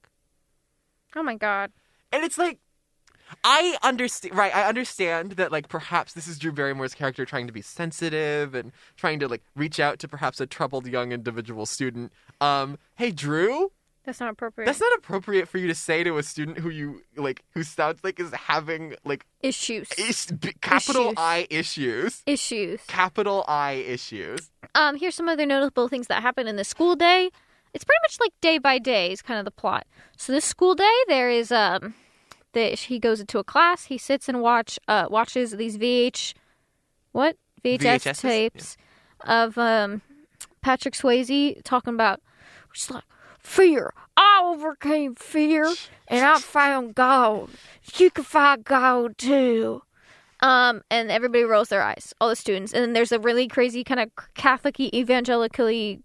D: Oh my god.
B: And it's like, I understand, right? I understand that, like, perhaps this is Drew Barrymore's character trying to be sensitive and trying to, like, reach out to perhaps a troubled young individual student. Um, hey, Drew,
D: That's not appropriate.
B: that's not appropriate for you to say to a student who you, like, who sounds like is having, like,
D: Issues.
B: is- b- capital
D: Issues.
B: I issues.
D: Issues.
B: Capital I issues.
D: um, here's some other notable things that happen in the school day. It's pretty much like day by day is kind of the plot. So this school day, there is um, the, he goes into a class. He sits and watch uh, watches these VH, what VHS
B: VHSs?
D: tapes of um, Patrick Swayze talking about just like fear. I overcame fear and I found God. You can find God too. Um, and everybody rolls their eyes, all the students. And then there's a really crazy kind of Catholic evangelically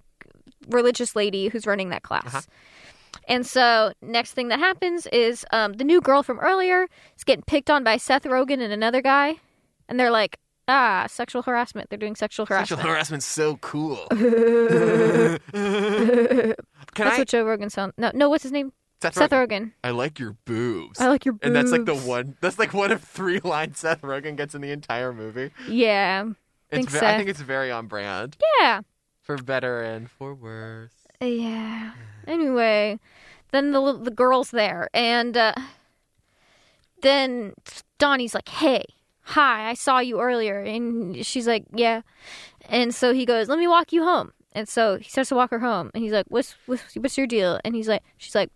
D: religious lady who's running that class.
B: Uh-huh.
D: And so next thing that happens is um, the new girl from earlier is getting picked on by Seth Rogen and another guy, and they're like, ah, sexual harassment. They're doing sexual
B: Sexual
D: harassment.
B: harassment's so cool. Can
D: That's
B: I?
D: what Joe Rogan sounds. No, no, what's his name?
B: Seth
D: Seth
B: Rogen.
D: Rogen.
B: I like your boobs.
D: I like your boobs.
B: And that's like the one. That's like one of three lines Seth Rogen gets in the entire movie.
D: Yeah,
B: It's
D: Thanks,
B: ve-
D: Seth.
B: I think it's very on brand
D: yeah,
B: for better and for worse.
D: yeah. Anyway, then the the girl's there, and uh, then Donnie's like, "Hey, hi, I saw you earlier," and she's like, "Yeah," and so he goes, "Let me walk you home." And so he starts to walk her home, and he's like, "What's what's, what's your deal?" And he's like, "She's like,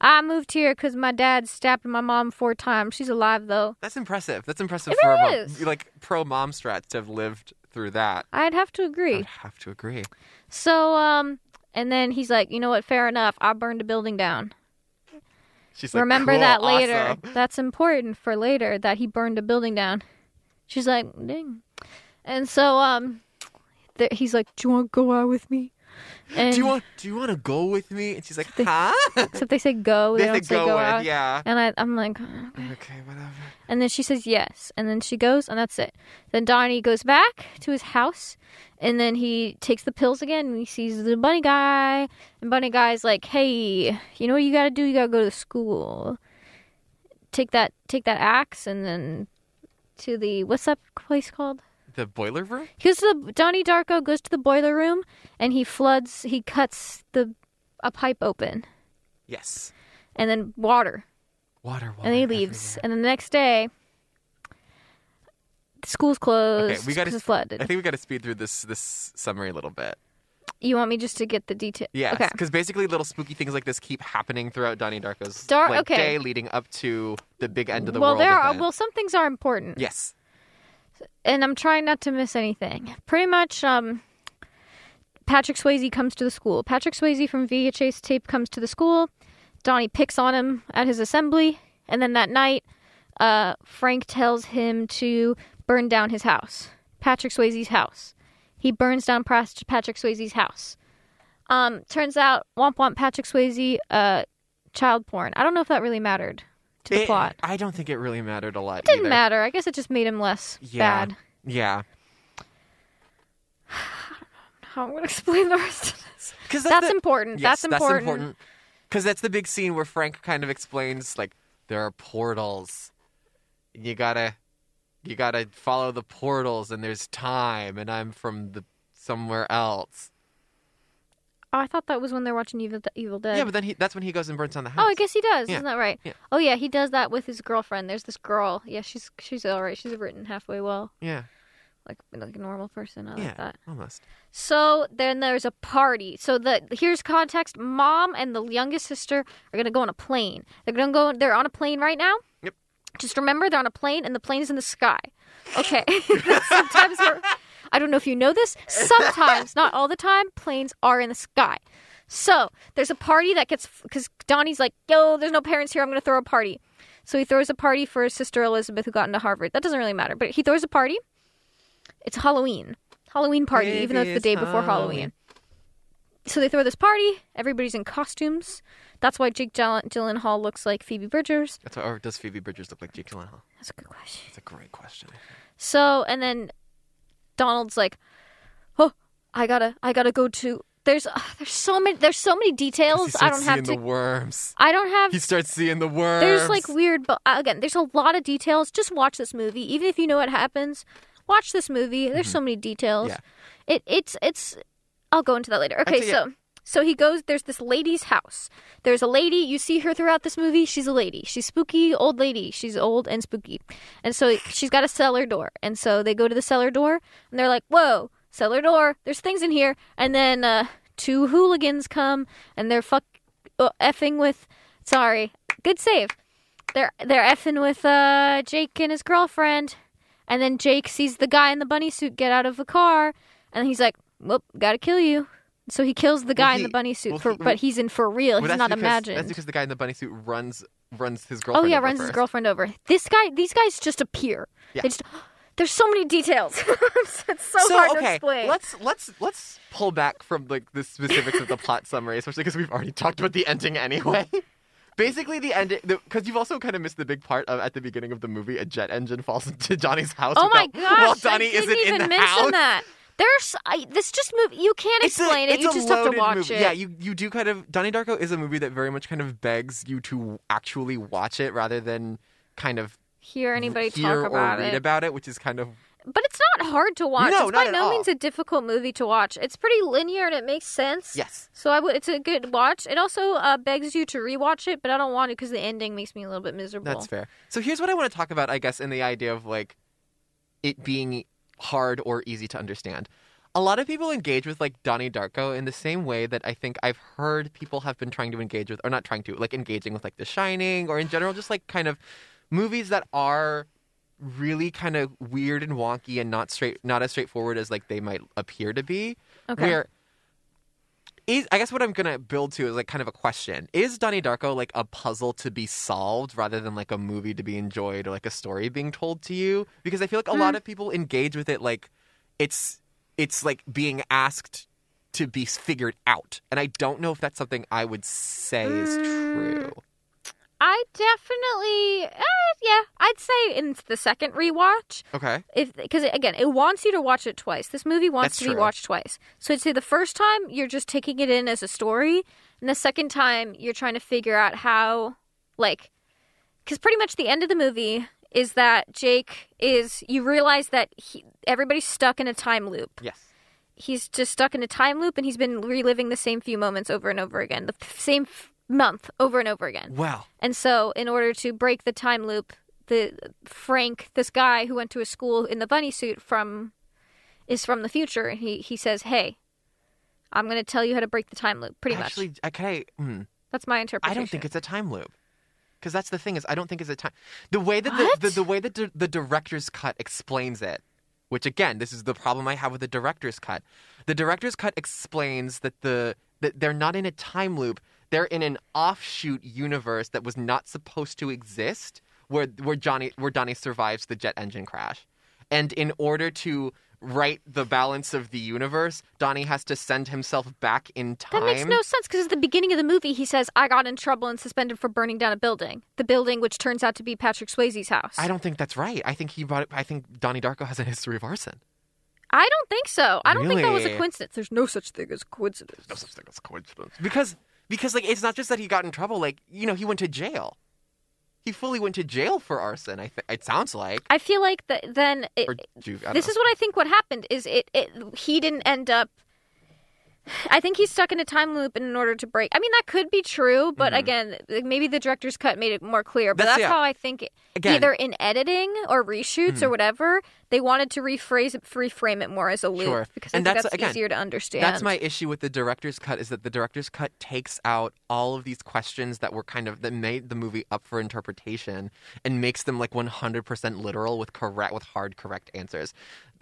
D: I moved here because my dad stabbed my mom four times. She's alive though.
B: That's impressive. That's impressive
D: It
B: for
D: really
B: a mom,
D: is.
B: like pro mom strats to have lived through that.
D: I'd have to agree."
B: I'd have to agree.
D: So, um, and then he's like, you know what? Fair enough. I burned a building down.
B: She's like,
D: Remember
B: "Cool,
D: that later.
B: awesome."
D: That's important for later that he burned a building down. She's like, ding. And so, um, th- he's like, do you want to go out with me? And
B: Do you want do you want to go with me? And she's like, huh?
D: Except they say go. They,
B: They
D: don't
B: said
D: say go,
B: go
D: out.
B: with, yeah.
D: And I, I'm like, "Oh, okay."
B: Okay, whatever.
D: and then she says yes, and then she goes, and that's it. Then Donnie goes back to his house, and then he takes the pills again, and he sees the bunny guy, and bunny guy's like, hey, you know what you gotta do? You gotta go to school. Take that, take that axe, and then to the what's that place called?
B: The boiler room?
D: He goes to the Donnie Darko goes to the boiler room, and he floods. He cuts the a pipe open,
B: Yes.
D: and then water
B: Water, water.
D: and he leaves. And then the next day, the school's closed.
B: everywhere. Okay, we got
D: 'cause
B: to.
D: it's flooded.
B: I think we got to speed through this this summary a little bit.
D: You want me just to get the detail?
B: Yeah,
D: Okay.
B: because basically little spooky things like this keep happening throughout Donnie Darko's
D: Dar-
B: like,
D: okay.
B: day leading up to the big end of the
D: well,
B: world.
D: there are
B: event.
D: well, some things are important,
B: Yes.
D: and I'm trying not to miss anything. Pretty much, um, Patrick Swayze comes to the school. Patrick Swayze from VHS tape comes to the school. Donnie picks on him at his assembly, and then that night, uh, Frank tells him to burn down his house, Patrick Swayze's house. He burns down Pas- Patrick Swayze's house. Um, turns out, womp womp, Patrick Swayze, uh, child porn. I don't know if that really mattered to the
B: It-
D: plot.
B: I don't think it really mattered a lot.
D: It didn't
B: either.
D: matter. I guess it just made him less
B: Yeah.
D: bad.
B: Yeah.
D: How I'm gonna explain the rest. Of this.
B: Because
D: That's important. That's important.
B: Because that's the big scene where Frank kind of explains like there are portals. and You gotta, you gotta follow the portals, and there's time, and I'm from the somewhere else.
D: Oh, I thought that was when they're watching Evil, Evil Dead.
B: Yeah, but then he, that's when he goes and burns down the house.
D: oh, I guess he does.
B: Yeah.
D: Isn't that right?
B: Yeah.
D: Oh yeah, he does that with his girlfriend. There's this girl. Yeah, she's she's all right. She's written halfway well,
B: Yeah,
D: like like a normal person. I
B: yeah,
D: like that.
B: almost.
D: So then there's a party. So the here's context: mom and the youngest sister are gonna go on a plane. They're gonna go. They're on a plane right now.
B: Yep.
D: Just remember, they're on a plane, and the plane's in the sky. Okay. Sometimes we're, I don't know if you know this. Sometimes, not all the time, planes are in the sky. So there's a party that gets because Donnie's like, "Yo, there's no parents here. I'm gonna throw a party." So he throws a party for his sister Elizabeth, who got into Harvard. That doesn't really matter, but he throws a party. It's Halloween, Halloween party,
B: It
D: even though it's the
B: is
D: day before Halloween
B: Halloween.
D: so they throw this party. Everybody's in costumes. That's why Jake Gyll- Gyllenhaal looks like Phoebe Bridgers.
B: That's what, or does Phoebe Bridgers look like Jake Gyllenhaal?
D: That's a good question.
B: That's a great question.
D: So and then Donald's like, "Oh, I gotta, I gotta go to." There's, ugh, there's so many, there's so many
B: He
D: details.
B: starts
D: I don't have
B: seeing
D: to.
B: the worms.
D: I don't have.
B: He starts seeing the worms.
D: There's like weird, but uh, again, there's a lot of details. Just watch this movie, even if you know what happens. Watch this movie. There's so many details.
B: Yeah.
D: It it's it's. I'll go into that later. Okay,
B: Actually, yeah.
D: so so he goes. There's this lady's house. There's a lady. You see her throughout this movie. She's a lady. She's spooky old lady. She's old and spooky, and so she's got a cellar door. And so they go to the cellar door, and they're like, "Whoa, cellar door! There's things in here." And then uh, two hooligans come, and they're fuck uh, effing with. Sorry, good save they're they're effing with uh Jake and his girlfriend, and then Jake sees the guy in the bunny suit get out of the car, and he's like, "Whoop, gotta kill you." So he kills the guy in
B: he-
D: the bunny suit,
B: well,
D: for,
B: he-
D: but he's in for real.
B: Well,
D: he's
B: that's
D: not
B: because- That's
D: imagined.
B: because the guy in the bunny suit runs runs his
D: Oh
B: girlfriend.
D: yeah,
B: over
D: runs his
B: first.
D: girlfriend over. This guy, these guys just appear.
B: Yeah.
D: They just, there's so many details. it's so,
B: so
D: hard
B: okay,
D: to explain.
B: let's let's let's pull back from like the specifics of the plot summary, especially because we've already talked about the ending anyway. Basically, the ending because you've also kind of missed the big part of at the beginning of the movie, a jet engine falls into Johnny's house.
D: oh my
B: without-
D: gosh,
B: while Johnny
D: I didn't
B: isn't
D: even
B: in the
D: mention
B: house.
D: that. There's I, this just movie. You can't
B: It's a-
D: explain it.
B: it's
D: You
B: a
D: just have to
B: loaded
D: watch
B: movie.
D: it.
B: Yeah, you you do kind of Donnie Darko is a movie that very much kind of begs you to actually watch it rather than kind of
D: hear anybody
B: hear
D: talk
B: or
D: about
B: read
D: it.
B: about it, which is kind of
D: But it's not hard to watch.
B: No,
D: it's
B: not
D: by
B: at
D: no
B: all.
D: means a difficult movie to watch. It's pretty linear and it makes sense.
B: yes.
D: So I would. it's a good watch. It also uh, begs you to rewatch it, but I don't want to because the ending makes me a little bit miserable.
B: That's fair. So here's what I want to talk about, I guess, in the idea of like it being hard or easy to understand. A lot of people engage with like Donnie Darko in the same way that I think I've heard people have been trying to engage with, or not trying to, like engaging with like The Shining or in general, just like kind of movies that are really kind of weird and wonky and not straight, not as straightforward as like they might appear to be.
D: Okay.
B: Where is I guess what I'm gonna build to is like kind of a question. Is Donnie Darko like a puzzle to be solved rather than like a movie to be enjoyed or like a story being told to you? Because
D: Mm.
B: I feel like a lot of people engage with it like it's it's like being asked to be figured out. And I don't know if that's something I would say is
D: Mm.
B: true.
D: I definitely, eh, yeah, I'd say in the second rewatch,
B: Okay.
D: if because again, it wants you to watch it twice. This movie wants
B: That's
D: to be
B: true.
D: watched twice. So I'd say the first time you're just taking it in as a story, and the second time you're trying to figure out how, like, because pretty much the end of the movie is that Jake is you realize that he, everybody's stuck in a time loop
B: Yes.
D: he's just stuck in a time loop and he's been reliving the same few moments over and over again, the f- same f- month over and over again.
B: Well,
D: And so, in order to break the time loop, the Frank, this guy who went to a school in the bunny suit from is from the future, and he he says, "Hey, I'm going to tell you how to break the time loop." Pretty
B: actually,
D: much.
B: okay. mm,
D: That's my
B: I
D: interpretation.
B: don't think it's a time loop. Because that's the thing is, I don't think it's a time. The way that
D: What?
B: the, the, the way that di- the director's cut explains it, which again, this is the problem I have with the director's cut. The director's cut explains that the that they're not in a time loop. They're in an offshoot universe that was not supposed to exist, where where Johnny where Donnie survives the jet engine crash, and in order to right the balance of the universe, Donnie has to send himself back in time.
D: That makes no sense because at the beginning of the movie, he says, "I got in trouble and suspended for burning down a building." The building, which turns out to be Patrick Swayze's house.
B: I don't think that's right. I think he brought it. I think Donnie Darko has a history of arson.
D: I don't think so. I don't think that was a
B: Really?
D: coincidence. There's no such thing as coincidence.
B: No such thing as coincidence. Because because like it's not just that he got in trouble. Like you know he went to jail. He fully went to jail for arson. I think it sounds like.
D: I feel like that then it,
B: Or ju- I don't
D: this
B: know.
D: is what I think what happened is it, it he didn't end up I think he's stuck in a time loop in order to break. I mean that could be true, but again, like, maybe the director's cut made it more clear, but that's,
B: Mm-hmm. That's- yeah.
D: how I think it,
B: Again- Hmm.
D: either in editing or reshoots or whatever, they wanted to rephrase it, reframe it more as a loop
B: Sure.
D: because
B: And
D: I think
B: that's-
D: that's
B: again,
D: easier to understand.
B: That's my issue with the director's cut is that the director's cut takes out all of these questions that were kind of that made the movie up for interpretation and makes them like 100% literal with correct with hard correct answers.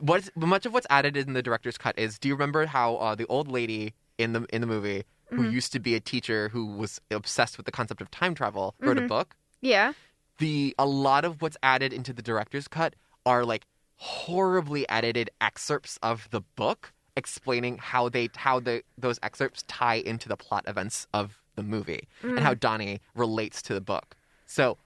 B: What much of what's added in the director's cut is do you remember how uh, the old lady in the in the movie who used to be a teacher who was obsessed with the concept of time travel wrote a book?
D: Yeah.
B: the a lot of what's added into the director's cut are like horribly edited excerpts of the book explaining how they how the those excerpts tie into the plot events of the movie and how Donnie relates to the book. So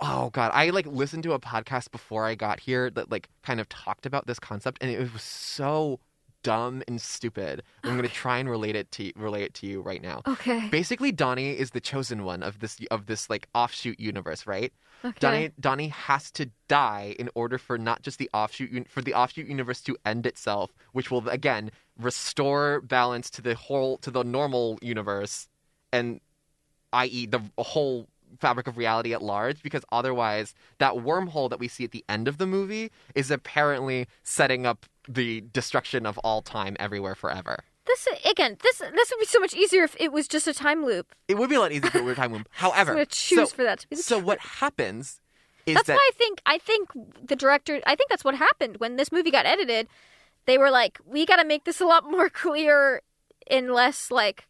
B: oh god, I like listened to a podcast before I got here that like kind of talked about this concept and it was so dumb and stupid. I'm going to try and relate it to relate it to you right now.
D: Okay.
B: Basically, Donnie is the chosen one of this of this like offshoot universe, right?
D: Okay.
B: Donnie Donnie has to die in order for not just the offshoot un- for the offshoot universe to end itself, which will again restore balance to the whole to the normal universe, and i.e. the whole fabric of reality at large. Because otherwise, that wormhole that we see at the end of the movie is apparently setting up the destruction of all time everywhere forever.
D: This again, this this would be so much easier if it was just a time loop.
B: It would be a lot easier if it were time loop.
D: I'm
B: However,
D: going to choose
B: so-
D: for that to be the
B: so what happens is
D: that's
B: that
D: why I think I think the director I think that's what happened when this movie got edited. They were like, we got to make this a lot more clear and less like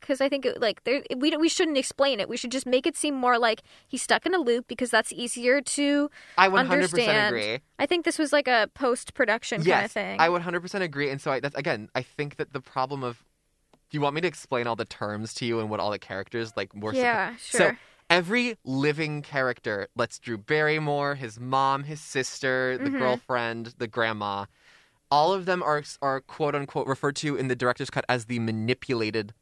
D: because I think it, like there we don't- we shouldn't explain it. We should just make it seem more like he's stuck in a loop because that's easier to
B: I 100%
D: understand.
B: agree.
D: I think this was like a post production kind of
B: Yes,
D: thing.
B: I would 100% agree. And so I, that's again, I think that the problem of do you want me to explain all the terms to you and what all the characters like were? suppo-
D: Yeah,
B: So
D: sure.
B: every living character, let's Drew Barrymore, his mom, his sister,
D: Mm-hmm.
B: the girlfriend, the grandma, all of them are are quote unquote referred to in the director's cut as the manipulated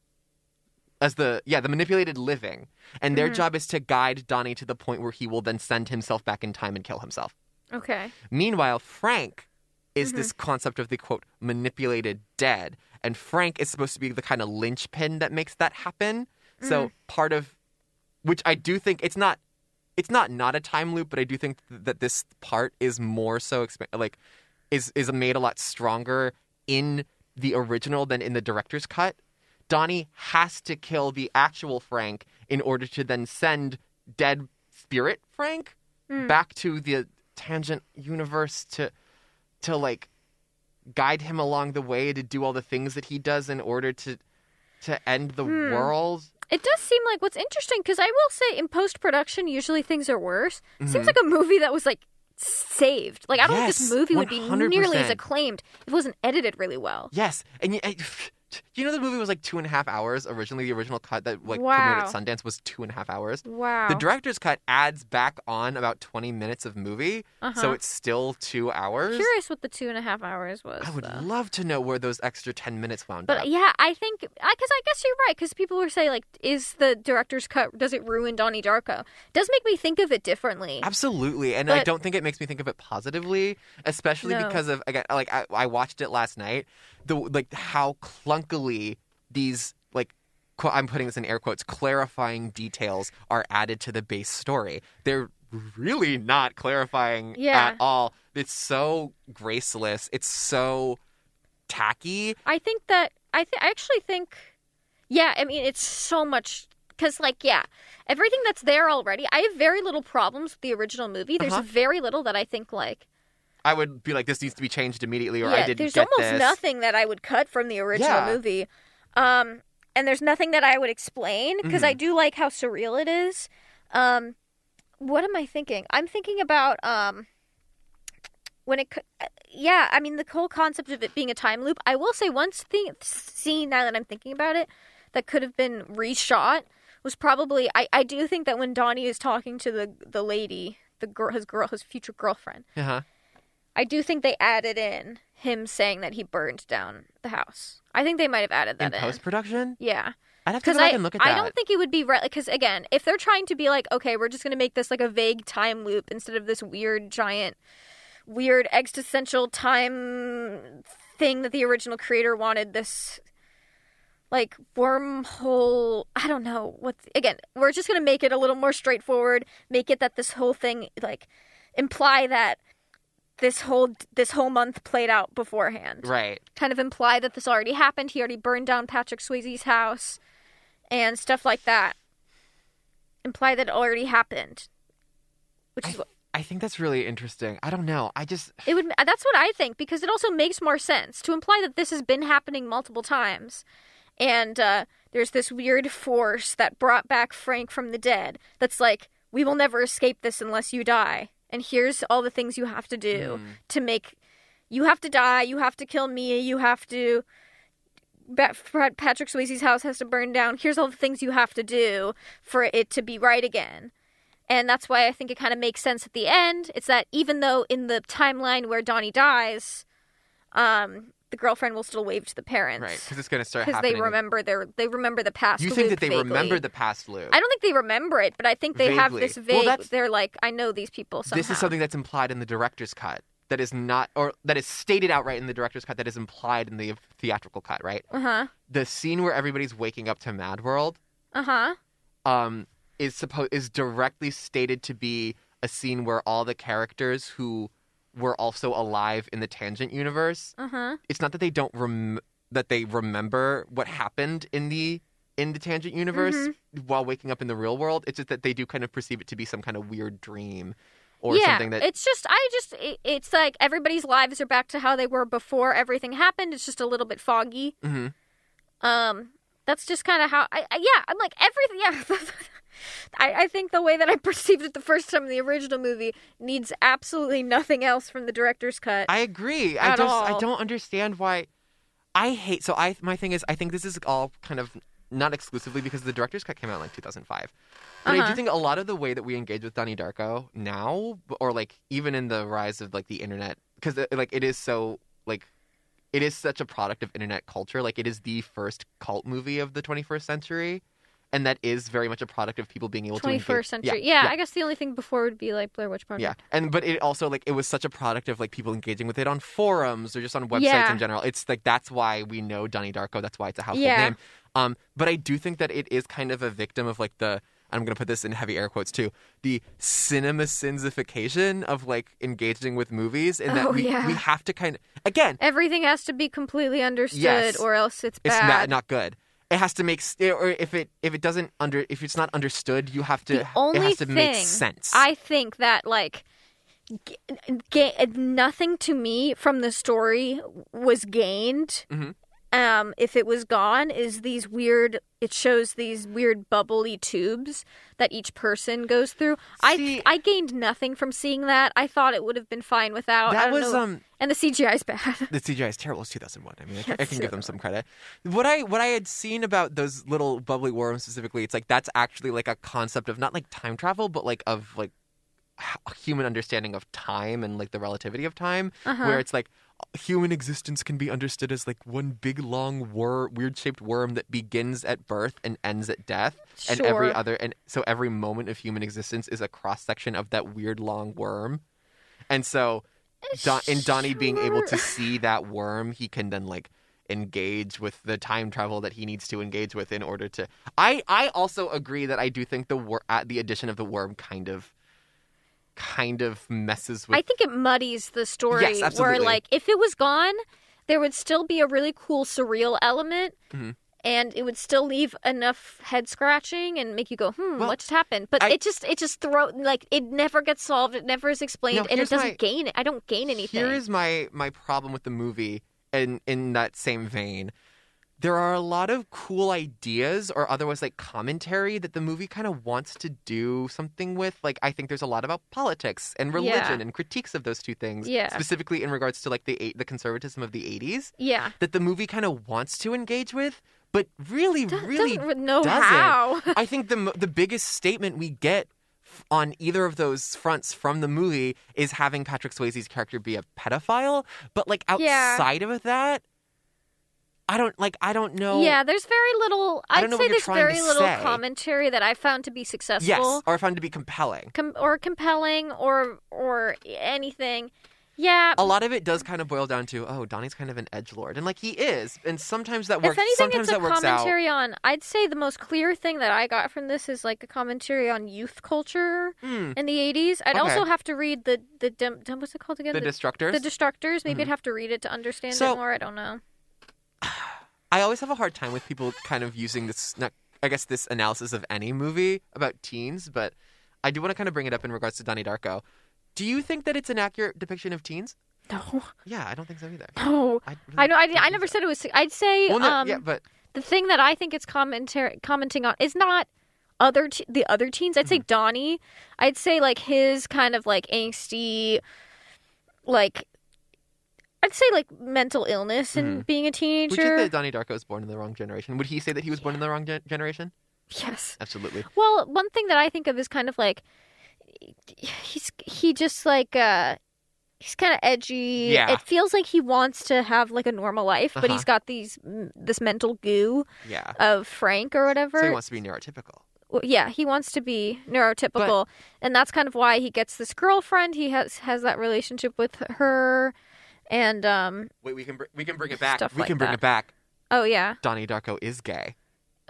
B: as the yeah the manipulated living and
D: Mm-hmm.
B: their job is to guide donnie to the point where he will then send himself back in time and kill himself
D: okay.
B: Meanwhile, Frank is this concept of the quote manipulated dead, and Frank is supposed to be the kind of linchpin that makes that happen. So part of which I do think it's not it's not not a time loop, but I do think th- that this part is more so exp- like is is made a lot stronger in the original than in the director's cut. Donnie has to kill the actual Frank in order to then send dead spirit Frank
D: Mm.
B: back to the tangent universe to to like guide him along the way to do all the things that he does in order to to end the
D: Hmm.
B: world.
D: It does seem like what's interesting because I will say in post production usually things are worse. Seems like a movie that was like saved. Like I don't think
B: Mm-hmm. Yes,
D: this movie would be nearly as
B: 100%.
D: acclaimed if it wasn't edited really well.
B: Yes, and y- I, Do you know the movie was like two and a half hours originally? The original cut that like premiered
D: Wow.
B: at Sundance was two and a half hours.
D: Wow.
B: The director's cut adds back on about twenty minutes of movie, so
D: Uh-huh.
B: it's still two hours.
D: Curious what the two and a half hours was.
B: I would
D: though.
B: love to know where those extra ten minutes wound
D: But
B: up.
D: yeah, I think because I guess you're right. Because people were saying like, is the director's cut does it ruin Donnie Darko? Does make me think of it differently.
B: Absolutely, and I
D: But-
B: don't think it makes me think of it positively, especially
D: No.
B: because of again, like I, I watched it last night, the like how clunkily these like qu- I'm putting this in air quotes clarifying details are added to the base story. They're really not clarifying
D: Yeah.
B: at all. It's so graceless. It's so tacky.
D: I think that I th- I actually think, yeah. I mean, it's so much because like yeah, everything that's there already. I have very little problems with the original movie. There's
B: Uh-huh.
D: very little that I think like
B: I would be like, this needs to be changed immediately, or
D: yeah.
B: I didn't
D: there's
B: get
D: almost
B: this.
D: nothing that I would cut from the original
B: Yeah.
D: movie. Um, and there's nothing that I would explain because
B: Mm-hmm.
D: I do like how surreal it is. Um, what am I thinking? I'm thinking about um, when it. co- Yeah, I mean the whole concept of it being a time loop. I will say one thing, scene now that I'm thinking about it, that could have been reshot was probably. I I do think that when Donnie is talking to the the lady, the girl, his girl, his future girlfriend.
B: Uh-huh.
D: I do think they added in him saying that he burned down the house. I think they might have added
B: In
D: that in.
B: post production,
D: Yeah,
B: I'd have to
D: because
B: go back
D: I
B: and look at
D: I
B: that.
D: don't think it would be right. Because again, if they're trying to be like, okay, we're just gonna make this like a vague time loop instead of this weird giant, weird existential time thing that the original creator wanted. This like wormhole. I don't know what. Again, we're just gonna make it a little more straightforward. Make it that this whole thing like imply that this whole this whole month played out beforehand
B: Right.
D: kind of imply that this already happened. He already burned down Patrick Swayze's house and stuff like that. Imply that it already happened. Which is what
B: I think that's really interesting. I don't know. I just
D: it would that's what I think because it also makes more sense to imply that this has been happening multiple times. And uh, there's this weird force that brought back Frank from the dead that's like we will never escape this unless you die. And here's all the things you have to do to make you have to die, you have to kill me, you have to Ba- Pat- Patrick Swayze's house has to burn down. Here's all the things you have to do for it to be right again. And that's why I think it kind of makes sense at the end. It's that even though in the timeline where Donnie dies, um, the girlfriend will still wave to the parents
B: Right, because it's going to start
D: because
B: happening.
D: they remember their they remember the past.
B: you
D: loop
B: think that they
D: vaguely.
B: remember the past loop.
D: I don't think they remember it, but I think they have
B: Vaguely.
D: this
B: Well,
D: vague.
B: that's-
D: they're like, I know these people. Somehow.
B: This is something that's implied in the director's cut. That is not, or that is stated outright in the director's cut. That is implied in the theatrical cut. Right.
D: Uh huh.
B: The scene where everybody's waking up to Mad World
D: Uh huh.
B: um, is supposed is directly stated to be a scene where all the characters who were also alive in the Tangent universe
D: Uh huh.
B: it's not that they don't rem- that they remember what happened in the in the tangent universe while waking up in the real world. It's just that they do kind of perceive it to be some kind of weird dream or
D: yeah,
B: something that
D: it's just I just it, it's like everybody's lives are back to how they were before everything happened. It's just a little bit foggy.
B: Mhm.
D: Um, that's just kind of how I, I yeah I'm like everything yeah. I, I think the way that I perceived it the first time in the original movie needs absolutely nothing else from the director's cut.
B: I agree. I
D: At
B: just I
D: all.
B: don't understand why I hate so I my thing is I think this is all kind of not exclusively because the director's cut came out in like 2005. But I
D: Uh-huh.
B: do think a lot of the way that we engage with Donnie Darko now or like even in the rise of like the internet cuz like it is so like it is such a product of internet culture like it is the first cult movie of the 21st century and that is very much a product of people being able to
D: Twenty
B: engage-
D: first century.
B: yeah,
D: Yeah, I guess the only thing before would be like Blair Witch Project.
B: yeah, and but it also like it was such a product of like people engaging with it on forums or just on websites
D: Yeah.
B: in general. It's like that's why we know Donnie Darko. That's why it's a household
D: Yeah.
B: name. Um, but I do think that it is kind of a victim of like the I'm going to put this in heavy air quotes too the cinema sinsification of like engaging with movies and that
D: Oh,
B: we
D: yeah.
B: we have to kind of again
D: Everything has to be completely understood,
B: Yes.
D: or else it's
B: it's
D: bad.
B: not not good. It has to make s- or if it if it doesn't under if it's not understood, you have to
D: the only
B: it has to
D: thing
B: make sense.
D: I think that like g-
B: Mm-hmm.
D: ga- nothing to me from the story was gained um, if it was gone, is these weird. It shows these weird bubbly tubes that each person goes through.
B: See-
D: I I gained nothing from seeing that. I thought it would have been fine without. I
B: That
D: don't
B: was
D: know.
B: um
D: and the CGI is bad.
B: the CGI is terrible. It's 2001. I mean, I,
D: Yeah,
B: ca- I can give
D: 2001.
B: them some credit. What I what I had seen about those little bubbly worms specifically, it's like that's actually like a concept of not like time travel, but like of like h- human understanding of time and like the relativity of time,
D: Uh-huh.
B: where it's like human existence can be understood as like one big long wor- weird shaped worm that begins at birth and ends at death and every
D: Sure.
B: other and so every moment of human existence is a cross section of that weird long worm and so Don- and Donnie being able to
D: Sure.
B: see that worm, he can then like engage with the time travel that he needs to engage with in order to. I I also agree that I do think the wor- uh, the addition of the worm kind of kind of messes with.
D: I think it muddies the story
B: Yes, absolutely.
D: where like if it was gone, there would still be a really cool surreal element
B: Mhm.
D: and it would still leave enough head scratching and make you go, "Hmm,
B: Well,
D: what just happened?" But
B: I-
D: it just it just throw like it never gets solved, it never is explained
B: Now,
D: and
B: here's
D: it doesn't
B: my-
D: gain I don't gain anything.
B: Here is my my problem with the movie, and in that same vein, there are a lot of cool ideas or otherwise like commentary that the movie kind of wants to do something with. Like I think there's a lot about politics and religion
D: Yeah.
B: and critiques of those two things,
D: Yeah.
B: specifically in regards to like the eight, the conservatism of the 80s
D: yeah.
B: that the movie kind of wants to engage with, but really,
D: Do-
B: really
D: doesn't re- know
B: doesn't.
D: how.
B: I think the mo- the biggest statement we get f- on either of those fronts from the movie is having Patrick Swayze's character be a pedophile, but like
D: Yeah.
B: outside of that, I don't like I don't know.
D: yeah, there's very little I'd
B: I don't know what
D: say
B: you're
D: there's
B: trying to
D: very little
B: say.
D: commentary that I found to be successful.
B: Yes, or found to be compelling.
D: com- or compelling or or anything. Yeah,
B: A lot of it does kind of boil down to, oh, Donnie's kind of an edge lord, and like he is, and sometimes that works.
D: if anything,
B: sometimes
D: it's a
B: that works out.
D: commentary on. I'd say the most clear thing that I got from this is like a commentary on youth culture
B: Hmm.
D: in the '80s. I'd
B: Okay.
D: also have to read the the dem, dem, what's it called again?
B: The destructors. Mm-hmm.
D: the destructors. Maybe I'd have to read it to understand
B: So-
D: it more. I don't know.
B: I always have a hard time with people kind of using this, not, I guess, this analysis of any movie about teens, but I do want to kind of bring it up in regards to Donnie Darko. Do you think that it's an accurate depiction of teens?
D: No,
B: Yeah, I don't think so either.
D: no.
B: I, really
D: I know. I,
B: don't
D: I
B: think
D: never
B: so.
D: said it was. I'd say
B: Well, no,
D: um,
B: yeah, but
D: the thing that I think it's commentar- commenting on is not other te- the other teens. I'd
B: Mm-hmm.
D: say Donnie. I'd say like his kind of like angsty, like I'd say like mental illness and being a
B: Mm. would you think
D: teenager.
B: that Donnie Darko was born in the wrong generation? Would he say that he was born in the wrong gen- generation?
D: yes.
B: Absolutely.
D: Well, one thing that I think of is kind of like he's he just like uh he's kind of edgy.
B: Yeah.
D: It feels like he wants to have like a normal life, but
B: Uh-huh.
D: he's got these this mental goo
B: Yeah.
D: of Frank or whatever.
B: So he wants to be neurotypical.
D: well, yeah, he wants to be neurotypical, and that's kind of why he gets this girlfriend. He has has that relationship with her, and um,
B: Wait, we can br- we can bring it back.
D: Stuff
B: we
D: like
B: can bring
D: that.
B: it back.
D: oh yeah,
B: Donnie Darko is gay.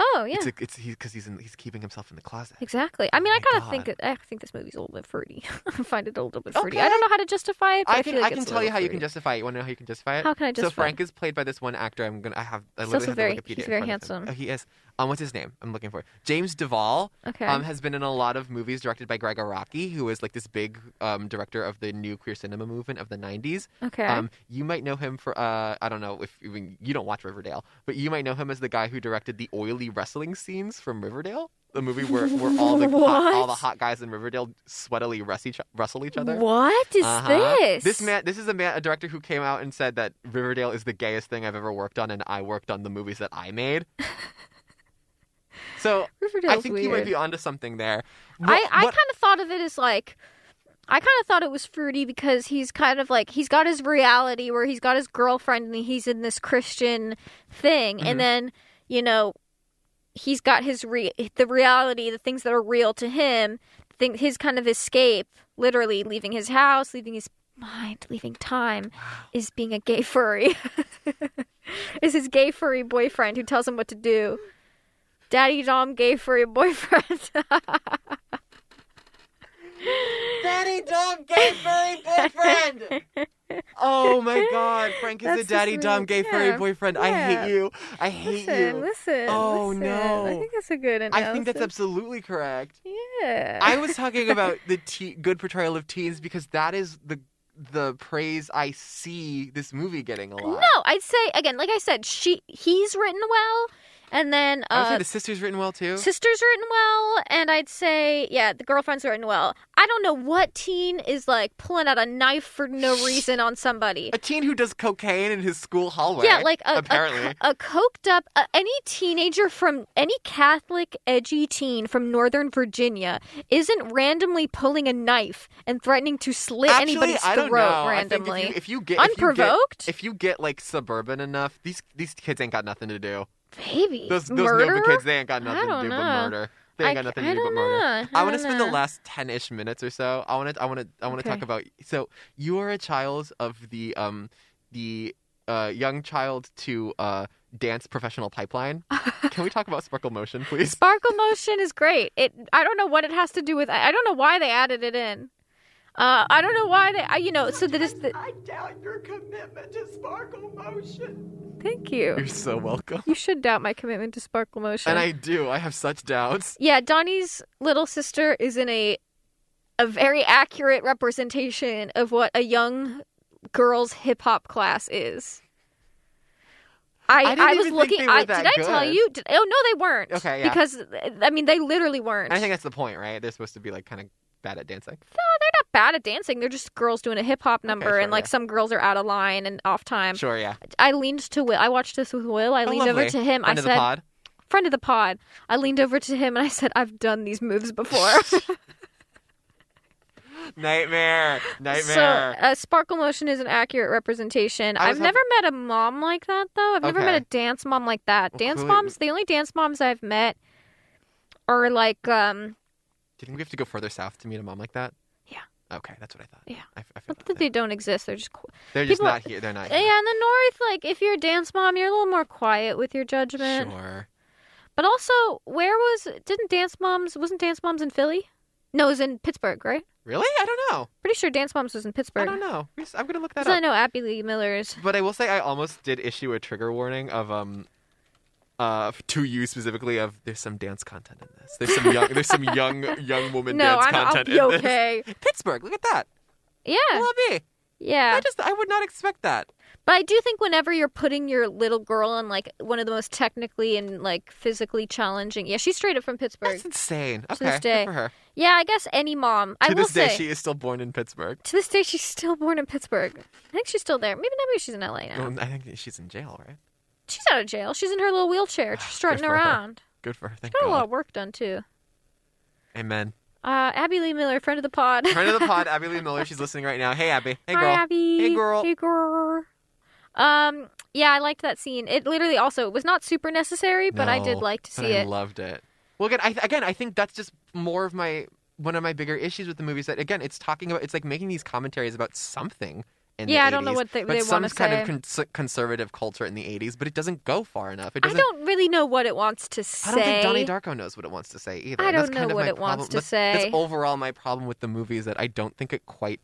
D: oh yeah,
B: It's a, it's because he's in, he's keeping himself in the closet.
D: exactly. I mean,
B: Oh
D: I
B: my
D: gotta
B: God.
D: think I think this movie's a little bit fruity. I find it a little bit fruity.
B: Okay.
D: I don't know how to justify it. But I,
B: I can
D: feel like
B: I can
D: it's a
B: tell you
D: little
B: how you can
D: fruity.
B: justify it. You want to know how you can justify it?
D: How can I
B: So
D: justify it?
B: Frank is played by this one actor. I'm gonna I have I
D: He's
B: literally
D: also
B: have
D: very-
B: the Wikipedia
D: he's
B: in
D: very
B: front of him.
D: handsome.
B: Oh, he is. Um, what's his name? I'm looking for it. James Duvall.
D: Okay.
B: Um, has been in a lot of movies directed by Greg Araki, who is like this big um, director of the new queer cinema movement of the '90s.
D: Okay.
B: Um, you might know him for uh, I don't know if even you don't watch Riverdale, but you might know him as the guy who directed the oily wrestling scenes from Riverdale, the movie where, where all the hot, all the
D: What?
B: hot guys in Riverdale sweatily wrestle each, wrestle each other.
D: what is
B: Uh-huh.
D: this?
B: This man, this is a man, a director who came out and said that Riverdale is the gayest thing I've ever worked on, and I worked on the movies that I made. So
D: Riverdale's
B: I think
D: weird.
B: you might be onto something there.
D: I,
B: What-
D: I
B: what-
D: kind of thought of it as like I kind of thought it was fruity because he's kind of like he's got his reality where he's got his girlfriend and he's in this Christian thing
B: Mhm.
D: and then you know he's got his re- the reality the things that are real to him thing his kind of escape literally leaving his house leaving his mind leaving time is being a gay furry is his gay furry boyfriend who tells him what to do daddy dom gay furry boyfriend
B: daddy dumb gay furry boyfriend. oh my god, Frank is
D: That's
B: a
D: just
B: daddy dumb
D: weird.
B: gay furry
D: Yeah.
B: boyfriend. I
D: Yeah.
B: hate you. I hate
D: Listen,
B: you.
D: listen.
B: Oh,
D: listen. I
B: no.
D: think that's a good analysis.
B: I think that's absolutely correct.
D: yeah.
B: I was talking about the te- good portrayal of teens because that is the the praise I see this movie getting a lot.
D: No, I'd say again, like I said, she he's written well, and then
B: I would say
D: uh,
B: the sister's written well too.
D: sister's written well, and I'd say yeah, the girlfriend's written well. I don't know what teen is like pulling out a knife for no reason on somebody.
B: a teen who does cocaine in his school hallway.
D: Yeah, like a, a
B: apparently.
D: co- a, coked up uh, any teenager from any Catholic edgy teen from Northern Virginia isn't randomly pulling a knife and threatening to slit
B: Actually,
D: anybody's
B: I don't
D: throat
B: know. I think
D: randomly.
B: if, you, if you get if you get-
D: Unprovoked?
B: if you get like suburban enough, these these kids ain't got nothing to do.
D: Baby,
B: Those those
D: murder.
B: Nova kids, they ain't got nothing to
D: don't
B: do
D: know.
B: but murder. They ain't
D: I
B: got nothing
D: ca-
B: to do
D: I
B: but
D: don't
B: murder.
D: know.
B: I,
D: I
B: want to
D: don't
B: spend the
D: know.
B: last ten-ish minutes or so. I want to I want to I want to
D: Okay.
B: talk about. So you are a child of the um the uh young child to uh dance professional pipeline. Can we talk about Sparkle Motion, please?
D: Sparkle motion is great. It I don't know what it has to do with. I I don't know why they added it in. Uh, I don't know why they. I, you know, so that is the.
E: I doubt your commitment to Sparkle Motion.
D: Thank you.
B: You're so welcome.
D: You should doubt my commitment to sparkle motion.
B: And I do. I have such doubts.
D: Yeah, Donnie's little sister is in a a very accurate representation of what a young girl's hip hop class is. I,
B: I
D: I,
B: didn't
D: was
B: even think
D: looking.
B: they were
D: I,
B: that
D: did I tell
B: good.
D: you? Did, oh no, they weren't.
B: Okay, yeah.
D: Because I mean, they literally weren't.
B: And I think that's the point, right? They're supposed to be like kind of bad at dancing.
D: they're not bad at dancing. They're just girls doing a hip hop number,
B: sure,
D: and like
B: yeah.
D: some girls are out of line and off time.
B: Sure, yeah.
D: I leaned to Will. I watched this with Will. I
B: Oh,
D: leaned over
B: lovely.
D: to him.
B: Friend
D: I
B: of
D: said,
B: the pod.
D: friend of the pod. I leaned over to him and I said, I've done these moves before.
B: Nightmare,
D: So,
B: nightmare.
D: uh, sparkle motion is an accurate representation.
B: I
D: I've
B: was
D: never met a mom like that, though. I've never
B: Okay.
D: met a dance mom like that.
B: Well,
D: dance
B: clearly-
D: moms, the only dance moms I've met are like, um,
B: Do you think we have to go further south to meet a mom like that?
D: Yeah.
B: Okay, that's what I thought.
D: Yeah.
B: I, I feel
D: not
B: that
D: that
B: now.
D: they don't exist. They're just, qu-
B: They're just
D: people-
B: not here. They're not. Here.
D: yeah, in the North, like, if you're a dance mom, you're a little more quiet with your judgment.
B: Sure.
D: But also, where was, didn't dance moms, wasn't dance moms in Philly? No, it was in Pittsburgh, right?
B: Really? I don't know.
D: Pretty sure dance moms was in Pittsburgh.
B: I don't know. We just- I'm gonna look that
D: 'Cause I
B: up.
D: know Abby Lee Miller's.
B: But I will say I almost did issue a trigger warning of um, uh, to you specifically of there's some dance content in this. There's some young there's some young young woman
D: No,
B: dance
D: I'm, I'll
B: content
D: be
B: in this.
D: okay.
B: Pittsburgh, look at that.
D: Yeah,
B: Love
D: yeah.
B: I just I would not expect that.
D: But I do think whenever you're putting your little girl in like one of the most technically and like physically challenging, yeah, she's straight up from Pittsburgh.
B: That's insane. Okay,
D: To this
B: good
D: day.
B: for her.
D: Yeah, I guess any mom. I
B: to
D: will
B: this day,
D: say
B: she is still born in Pittsburgh.
D: to this day she's still born in Pittsburgh. I think she's still there. Maybe not. Maybe she's in LA now.
B: Well, I think that she's in jail, right?
D: She's out of jail. She's in her little wheelchair, just strutting
B: for her.
D: around.
B: Good for her. Thank
D: Got a lot
B: God.
D: of work done too.
B: Amen.
D: Uh, Abby Lee Miller, friend of the pod.
B: Friend of the pod, Abby Lee Miller. She's listening right now. Hey, Abby. Hey,
D: Hi,
B: girl.
D: Abby.
B: Hey, girl.
D: Hey, girl. Um, yeah, I liked that scene. It literally also it was not super necessary, but I did
B: No,
D: like to
B: but
D: see
B: I
D: it.
B: loved it. Well, again, I, again, I think that's just more of my one of my bigger issues with the movies. That again, it's talking about it's like making these commentaries about something. In
D: Yeah,
B: the
D: I don't know
B: 80s,
D: what they-
B: but
D: they
B: some
D: wanna
B: kind
D: say.
B: of cons- conservative culture in the '80s, but it doesn't go far enough. It
D: I
B: doesn't.
D: don't really know what it wants to say.
B: I don't think Donnie Darko knows what it wants to say either.
D: I
B: and that's
D: don't
B: kind
D: know
B: of
D: what
B: my
D: it wants
B: problem-
D: to
B: that's-
D: say.
B: That's overall my problem with the movie is that I don't think it quite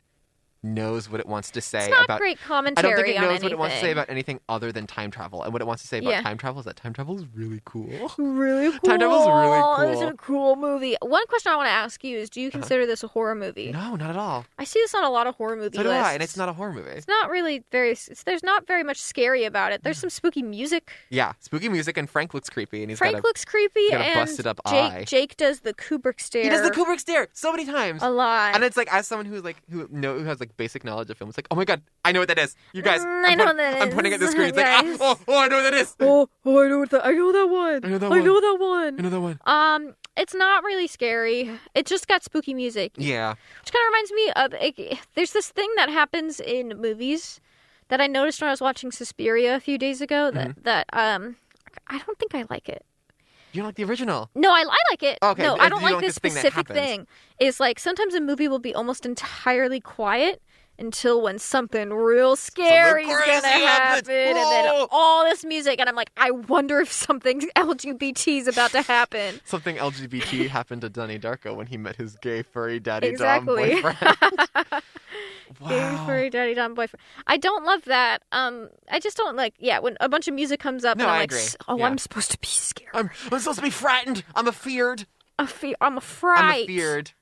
B: knows what it wants to say
D: It's not
B: about
D: great
B: I
D: commentary
B: don't think it
D: on
B: knows
D: anything.
B: what it wants to say about anything other than time travel. And what it wants to say about
D: Yeah.
B: time travel is that time travel is really cool.
D: really cool.
B: Time Travel's really
D: It was
B: cool. Uh-huh.
D: a cool movie. One question I want to ask you is: Do you consider this a horror movie?
B: No, not at all.
D: I see this on a lot of horror movie
B: So do
D: lists.
B: I, and it's not a horror movie.
D: It's not really very. It's, there's not very much scary about it. There's some spooky music.
B: Yeah, spooky music, and Frank looks creepy, and he's
D: Frank
B: got a,
D: looks creepy,
B: got a
D: and
B: busted up
D: Jake
B: eye.
D: Jake does the Kubrick stare.
B: he does the Kubrick stare so many times.
D: a lot.
B: And it's like, as someone who's like who know who has like basic knowledge of film, it's like, oh my god, I know what that is. You guys,
D: Mm,
B: I'm
D: I know
B: putting-
D: what that
B: I'm pointing at the
D: is,
B: screen. It's like, ah,
D: guys.
B: oh, oh, I know what that is.
D: oh, oh, I know what that. I know that one.
B: I know that
D: I
B: one.
D: know that one.
B: Another one.
D: Um, it's not really scary. It just got spooky music,
B: Yeah,
D: which kind of reminds me of like, there's this thing that happens in movies that I noticed when I was watching Suspiria a few days ago that
B: Mm-hmm.
D: that um I don't think I like it.
B: you don't like the original.
D: No, I, I like it.
B: Okay,
D: no,
B: but
D: I
B: you
D: don't
B: don't
D: like
B: like
D: this
B: this thing that
D: specific
B: happens.
D: thing. Is like sometimes a movie will be almost entirely quiet until when something real scary is gonna
B: crazy happens.
D: happen, and then
B: Whoa.
D: all this music, and I'm like, I wonder if something LGBT is about to happen.
B: Something LGBT happened to Donnie Darko when he met his gay furry daddy
D: Exactly.
B: dom boyfriend.
D: Gay
B: wow.
D: furry daddy dom boyfriend. I don't love that. Um, I just don't like. Yeah, when a bunch of music comes up,
B: No,
D: and I'm
B: I
D: like,
B: agree.
D: "S- oh,
B: Yeah.
D: I'm supposed to be scared.
B: I'm, I'm supposed to be frightened. I'm afeared.
D: A fe- I'm
B: I'm
D: afraid.
B: afeared.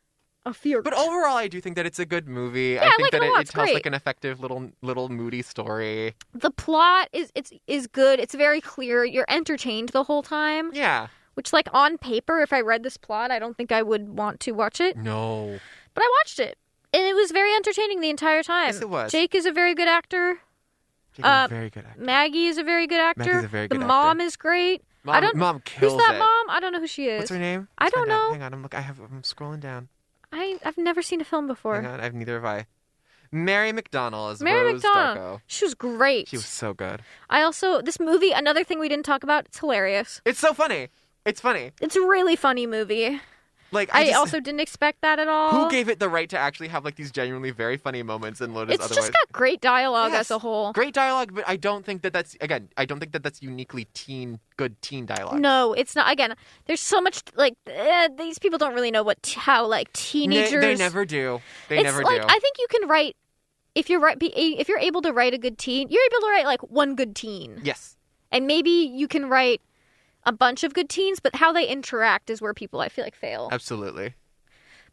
D: a fear.
B: But overall, I do think that it's a good movie. I
D: Yeah,
B: think
D: like,
B: that
D: overall,
B: it, it
D: it's
B: tells
D: great.
B: like an effective little little moody story.
D: the plot is it's is good. It's very clear. You're entertained the whole time.
B: Yeah.
D: Which, like on paper, if I read this plot, I don't think I would want to watch it.
B: No.
D: But I watched it, and it was very entertaining the entire time.
B: Yes, it was.
D: Jake is a very good actor.
B: Jake is
D: Uh,
B: a very good actor.
D: Maggie is a very good actor.
B: Maggie's a very
D: the
B: good actor.
D: mom is great.
B: Mom,
D: I don't.
B: mom
D: Who's
B: kills
D: that
B: it.
D: mom? I don't know who she is.
B: What's her name?
D: I
B: Let's
D: don't
B: find out.
D: know.
B: Hang on, I'm look. I have. I'm scrolling down.
D: I I've never seen a film
B: Hang
D: before.
B: on, I've neither have I. Mary McDonald is
D: Mary
B: Rose
D: McDonald. She was great.
B: Darko. She was so good.
D: I also this movie. Another thing we didn't talk about. It's hilarious.
B: It's so funny. It's funny.
D: It's a really funny movie.
B: Like I,
D: I,
B: just-
D: also didn't expect that at all.
B: who gave it the right to actually have like these genuinely very funny moments in Lotus?
D: it's
B: otherwise,
D: just got great dialogue
B: Yes.
D: as a whole.
B: great dialogue, but I don't think that that's again. I don't think that that's uniquely teen good teen dialogue.
D: No, it's not. Again, there's so much like eh, these people don't really know what how like
B: Ne-
D: teenagers.
B: they never do. They
D: it's
B: never
D: like
B: do.
D: I think you can write if you're right be, if you're able to write a good teen, you're able to write like one good teen,
B: Yes.
D: and maybe you can write a bunch of good teens, but how they interact is where people I feel like fail.
B: Absolutely.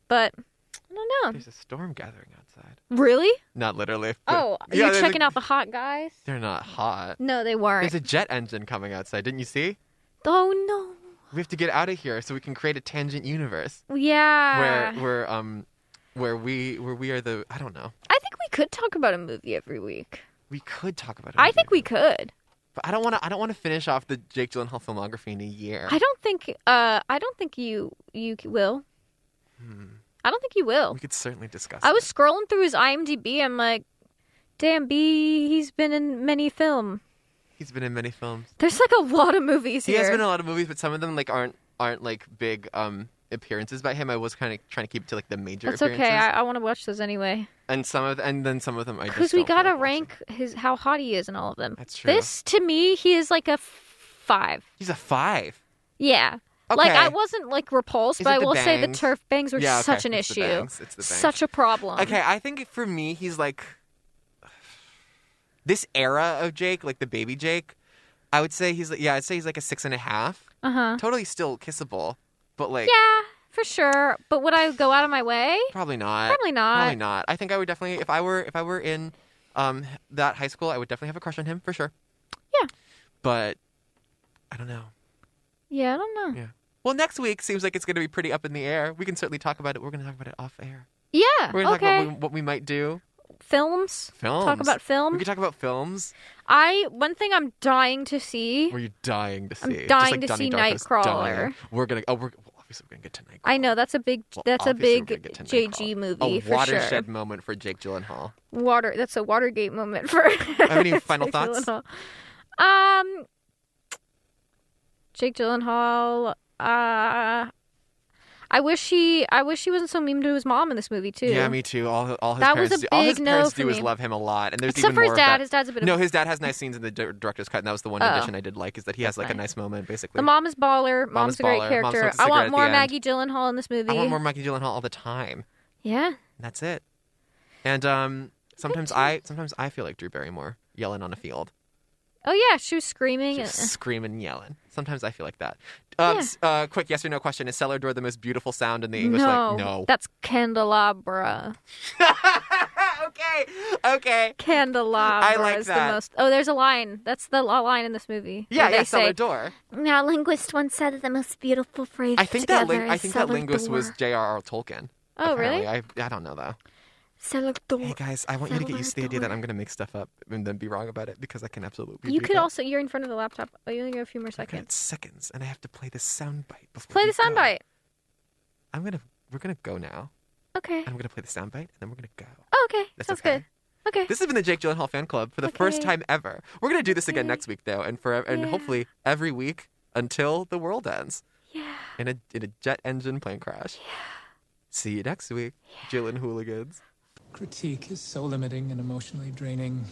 D: But I don't know.
B: There's a storm gathering outside.
D: Really?
B: Not literally. but-
D: Oh,
B: Yeah,
D: you're
B: they're,
D: checking
B: like-
D: out the hot guys?
B: They're not hot.
D: No, they weren't.
B: There's a jet engine coming outside. Didn't you see?
D: Oh
B: We have to get out of here so we can create a tangent universe
D: no. Yeah.
B: where where um where we where we are the I don't know.
D: I think we could talk about a movie every week.
B: We could talk about it.
D: I think we could.
B: But I don't want to. I don't want to finish off the Jake Gyllenhaal filmography in a year.
D: I don't think. Uh, I don't think you you c- will. I don't think you will.
B: Hmm. we could certainly discuss.
D: I
B: it.
D: was scrolling through his IMDb. I'm like, damn, B. He's been in many film.
B: He's been in many films.
D: There's like a lot of movies
B: He
D: here.
B: has been in a lot of movies, but some of them like aren't aren't like big um appearances by him. I was kind of trying to keep it to like the major
D: That's
B: appearances.
D: okay. I, I want to watch those anyway.
B: And some of and then some of them I just
D: Because we
B: don't feel like
D: gotta
B: watching.
D: rank his how hot he is in all of them.
B: That's true.
D: This to me, he is like a f- five.
B: He's a five.
D: Yeah. Like I
B: Okay.
D: wasn't like repulsed,
B: Is
D: but
B: it
D: I
B: the
D: will say the
B: bangs?
D: turf bangs were
B: Yeah, okay.
D: such an
B: It's the
D: issue,
B: bangs. It's the bangs.
D: such a problem.
B: Okay, I think for me he's like this era of Jake, like the baby Jake. I would say he's like yeah, I'd say he's like a six and a half.
D: Uh huh.
B: Totally still kissable, but like
D: Yeah, for sure. But would I go out of my way?
B: probably not.
D: Probably not.
B: Probably not. I think I would definitely if I were if I were in um that high school, I would definitely have a crush on him for sure.
D: Yeah.
B: But I don't know.
D: Yeah, I don't know.
B: Yeah. Well, next week seems like it's going to be pretty up in the air. We can certainly talk about it. We're going to talk about it off air.
D: Yeah.
B: We're going to
D: okay.
B: talk about what we might do.
D: Films.
B: Films.
D: Talk about
B: We
D: film.
B: could talk about films.
D: I one thing I'm dying to see.
B: Were you dying to see?
D: I'm
B: Just
D: dying
B: like
D: to
B: Donnie
D: see
B: Darko's
D: Nightcrawler.
B: dying. We're gonna. Oh, we're well, obviously we're gonna get to Nightcrawler.
D: I know that's a big
B: Well,
D: that's a
B: obviously we're
D: big
B: gonna get to
D: JG
B: Nightcrawler.
D: movie
B: A
D: for
B: watershed
D: sure.
B: moment for Jake Gyllenhaal.
D: Water that's a Watergate moment for.
B: Have any final
D: Jake
B: thoughts?
D: Gyllenhaal. Um, Jake Gyllenhaal. Uh, I wish he I wish he wasn't so mean to his mom in this movie too.
B: Yeah, me too. All all his
D: That was
B: parents
D: a
B: do, all his
D: big no
B: parents
D: for
B: do is
D: me.
B: love him a lot, and there's
D: Except
B: even
D: for
B: more
D: his
B: of
D: dad.
B: that.
D: His dad's a bit of
B: no, his dad has nice scenes in the dir- director's cut, and that was the one
D: Oh.
B: addition I did like is that he has like a
D: nice.
B: nice moment, basically.
D: The mom is baller. Mom's,
B: Mom's
D: a great
B: baller. Mom
D: character.
B: smokes a
D: I
B: cigarette
D: want
B: at
D: more
B: the end.
D: Maggie Gyllenhaal in this movie.
B: I want more Maggie Gyllenhaal all the time.
D: Yeah.
B: And that's it. And um, sometimes I sometimes I feel like Drew Barrymore yelling on a field,
D: Oh yeah, she was screaming. Uh,
B: just screaming, and yelling. Sometimes I feel like that. Um,
D: Yeah.
B: s- uh, quick yes or no question: Is cellar door the most beautiful sound in the English?
D: no,
B: Like, no.
D: that's candelabra.
B: okay, okay.
D: Candelabra
B: I like
D: is
B: that.
D: the most. Oh, there's a line. That's the la- line in this movie. where
B: Yeah,
D: they
B: yeah, cellar
D: say,
B: door.
F: Now, linguist once said that the most beautiful phrase.
B: I think that
F: together
B: ling-
F: is
B: I think that
F: cellar
B: linguist was
F: door.
B: J.R.R. Tolkien.
D: Oh really?
B: Apparently. I, I don't know though.
F: Cellar door.
B: Hey guys, I want you to get used to the idea that
F: Salvador.
B: I'm gonna make stuff up and then be wrong about it because I can absolutely.
D: you
B: do
D: could
B: that.
D: also. You're in front of the laptop. Oh, you only got a few more
B: I got
D: seconds.
B: seconds, and I have to play the soundbite before.
D: Play
B: we
D: the
B: go.
D: soundbite.
B: I'm gonna. We're gonna go now.
D: Okay.
B: I'm gonna play the soundbite, and then we're gonna go.
D: Oh, okay.
B: That's
D: Sounds
B: okay.
D: good. Okay.
B: This has been the Jake Gyllenhaal fan club for the first
D: Okay.
B: time ever. We're gonna do this again
D: Okay.
B: next week though, and for and
D: Yeah.
B: hopefully every week until the world ends
D: yeah.
B: in a in a jet engine plane crash. See you next week, Jillian hooligans.
G: Critique is so limiting and emotionally draining.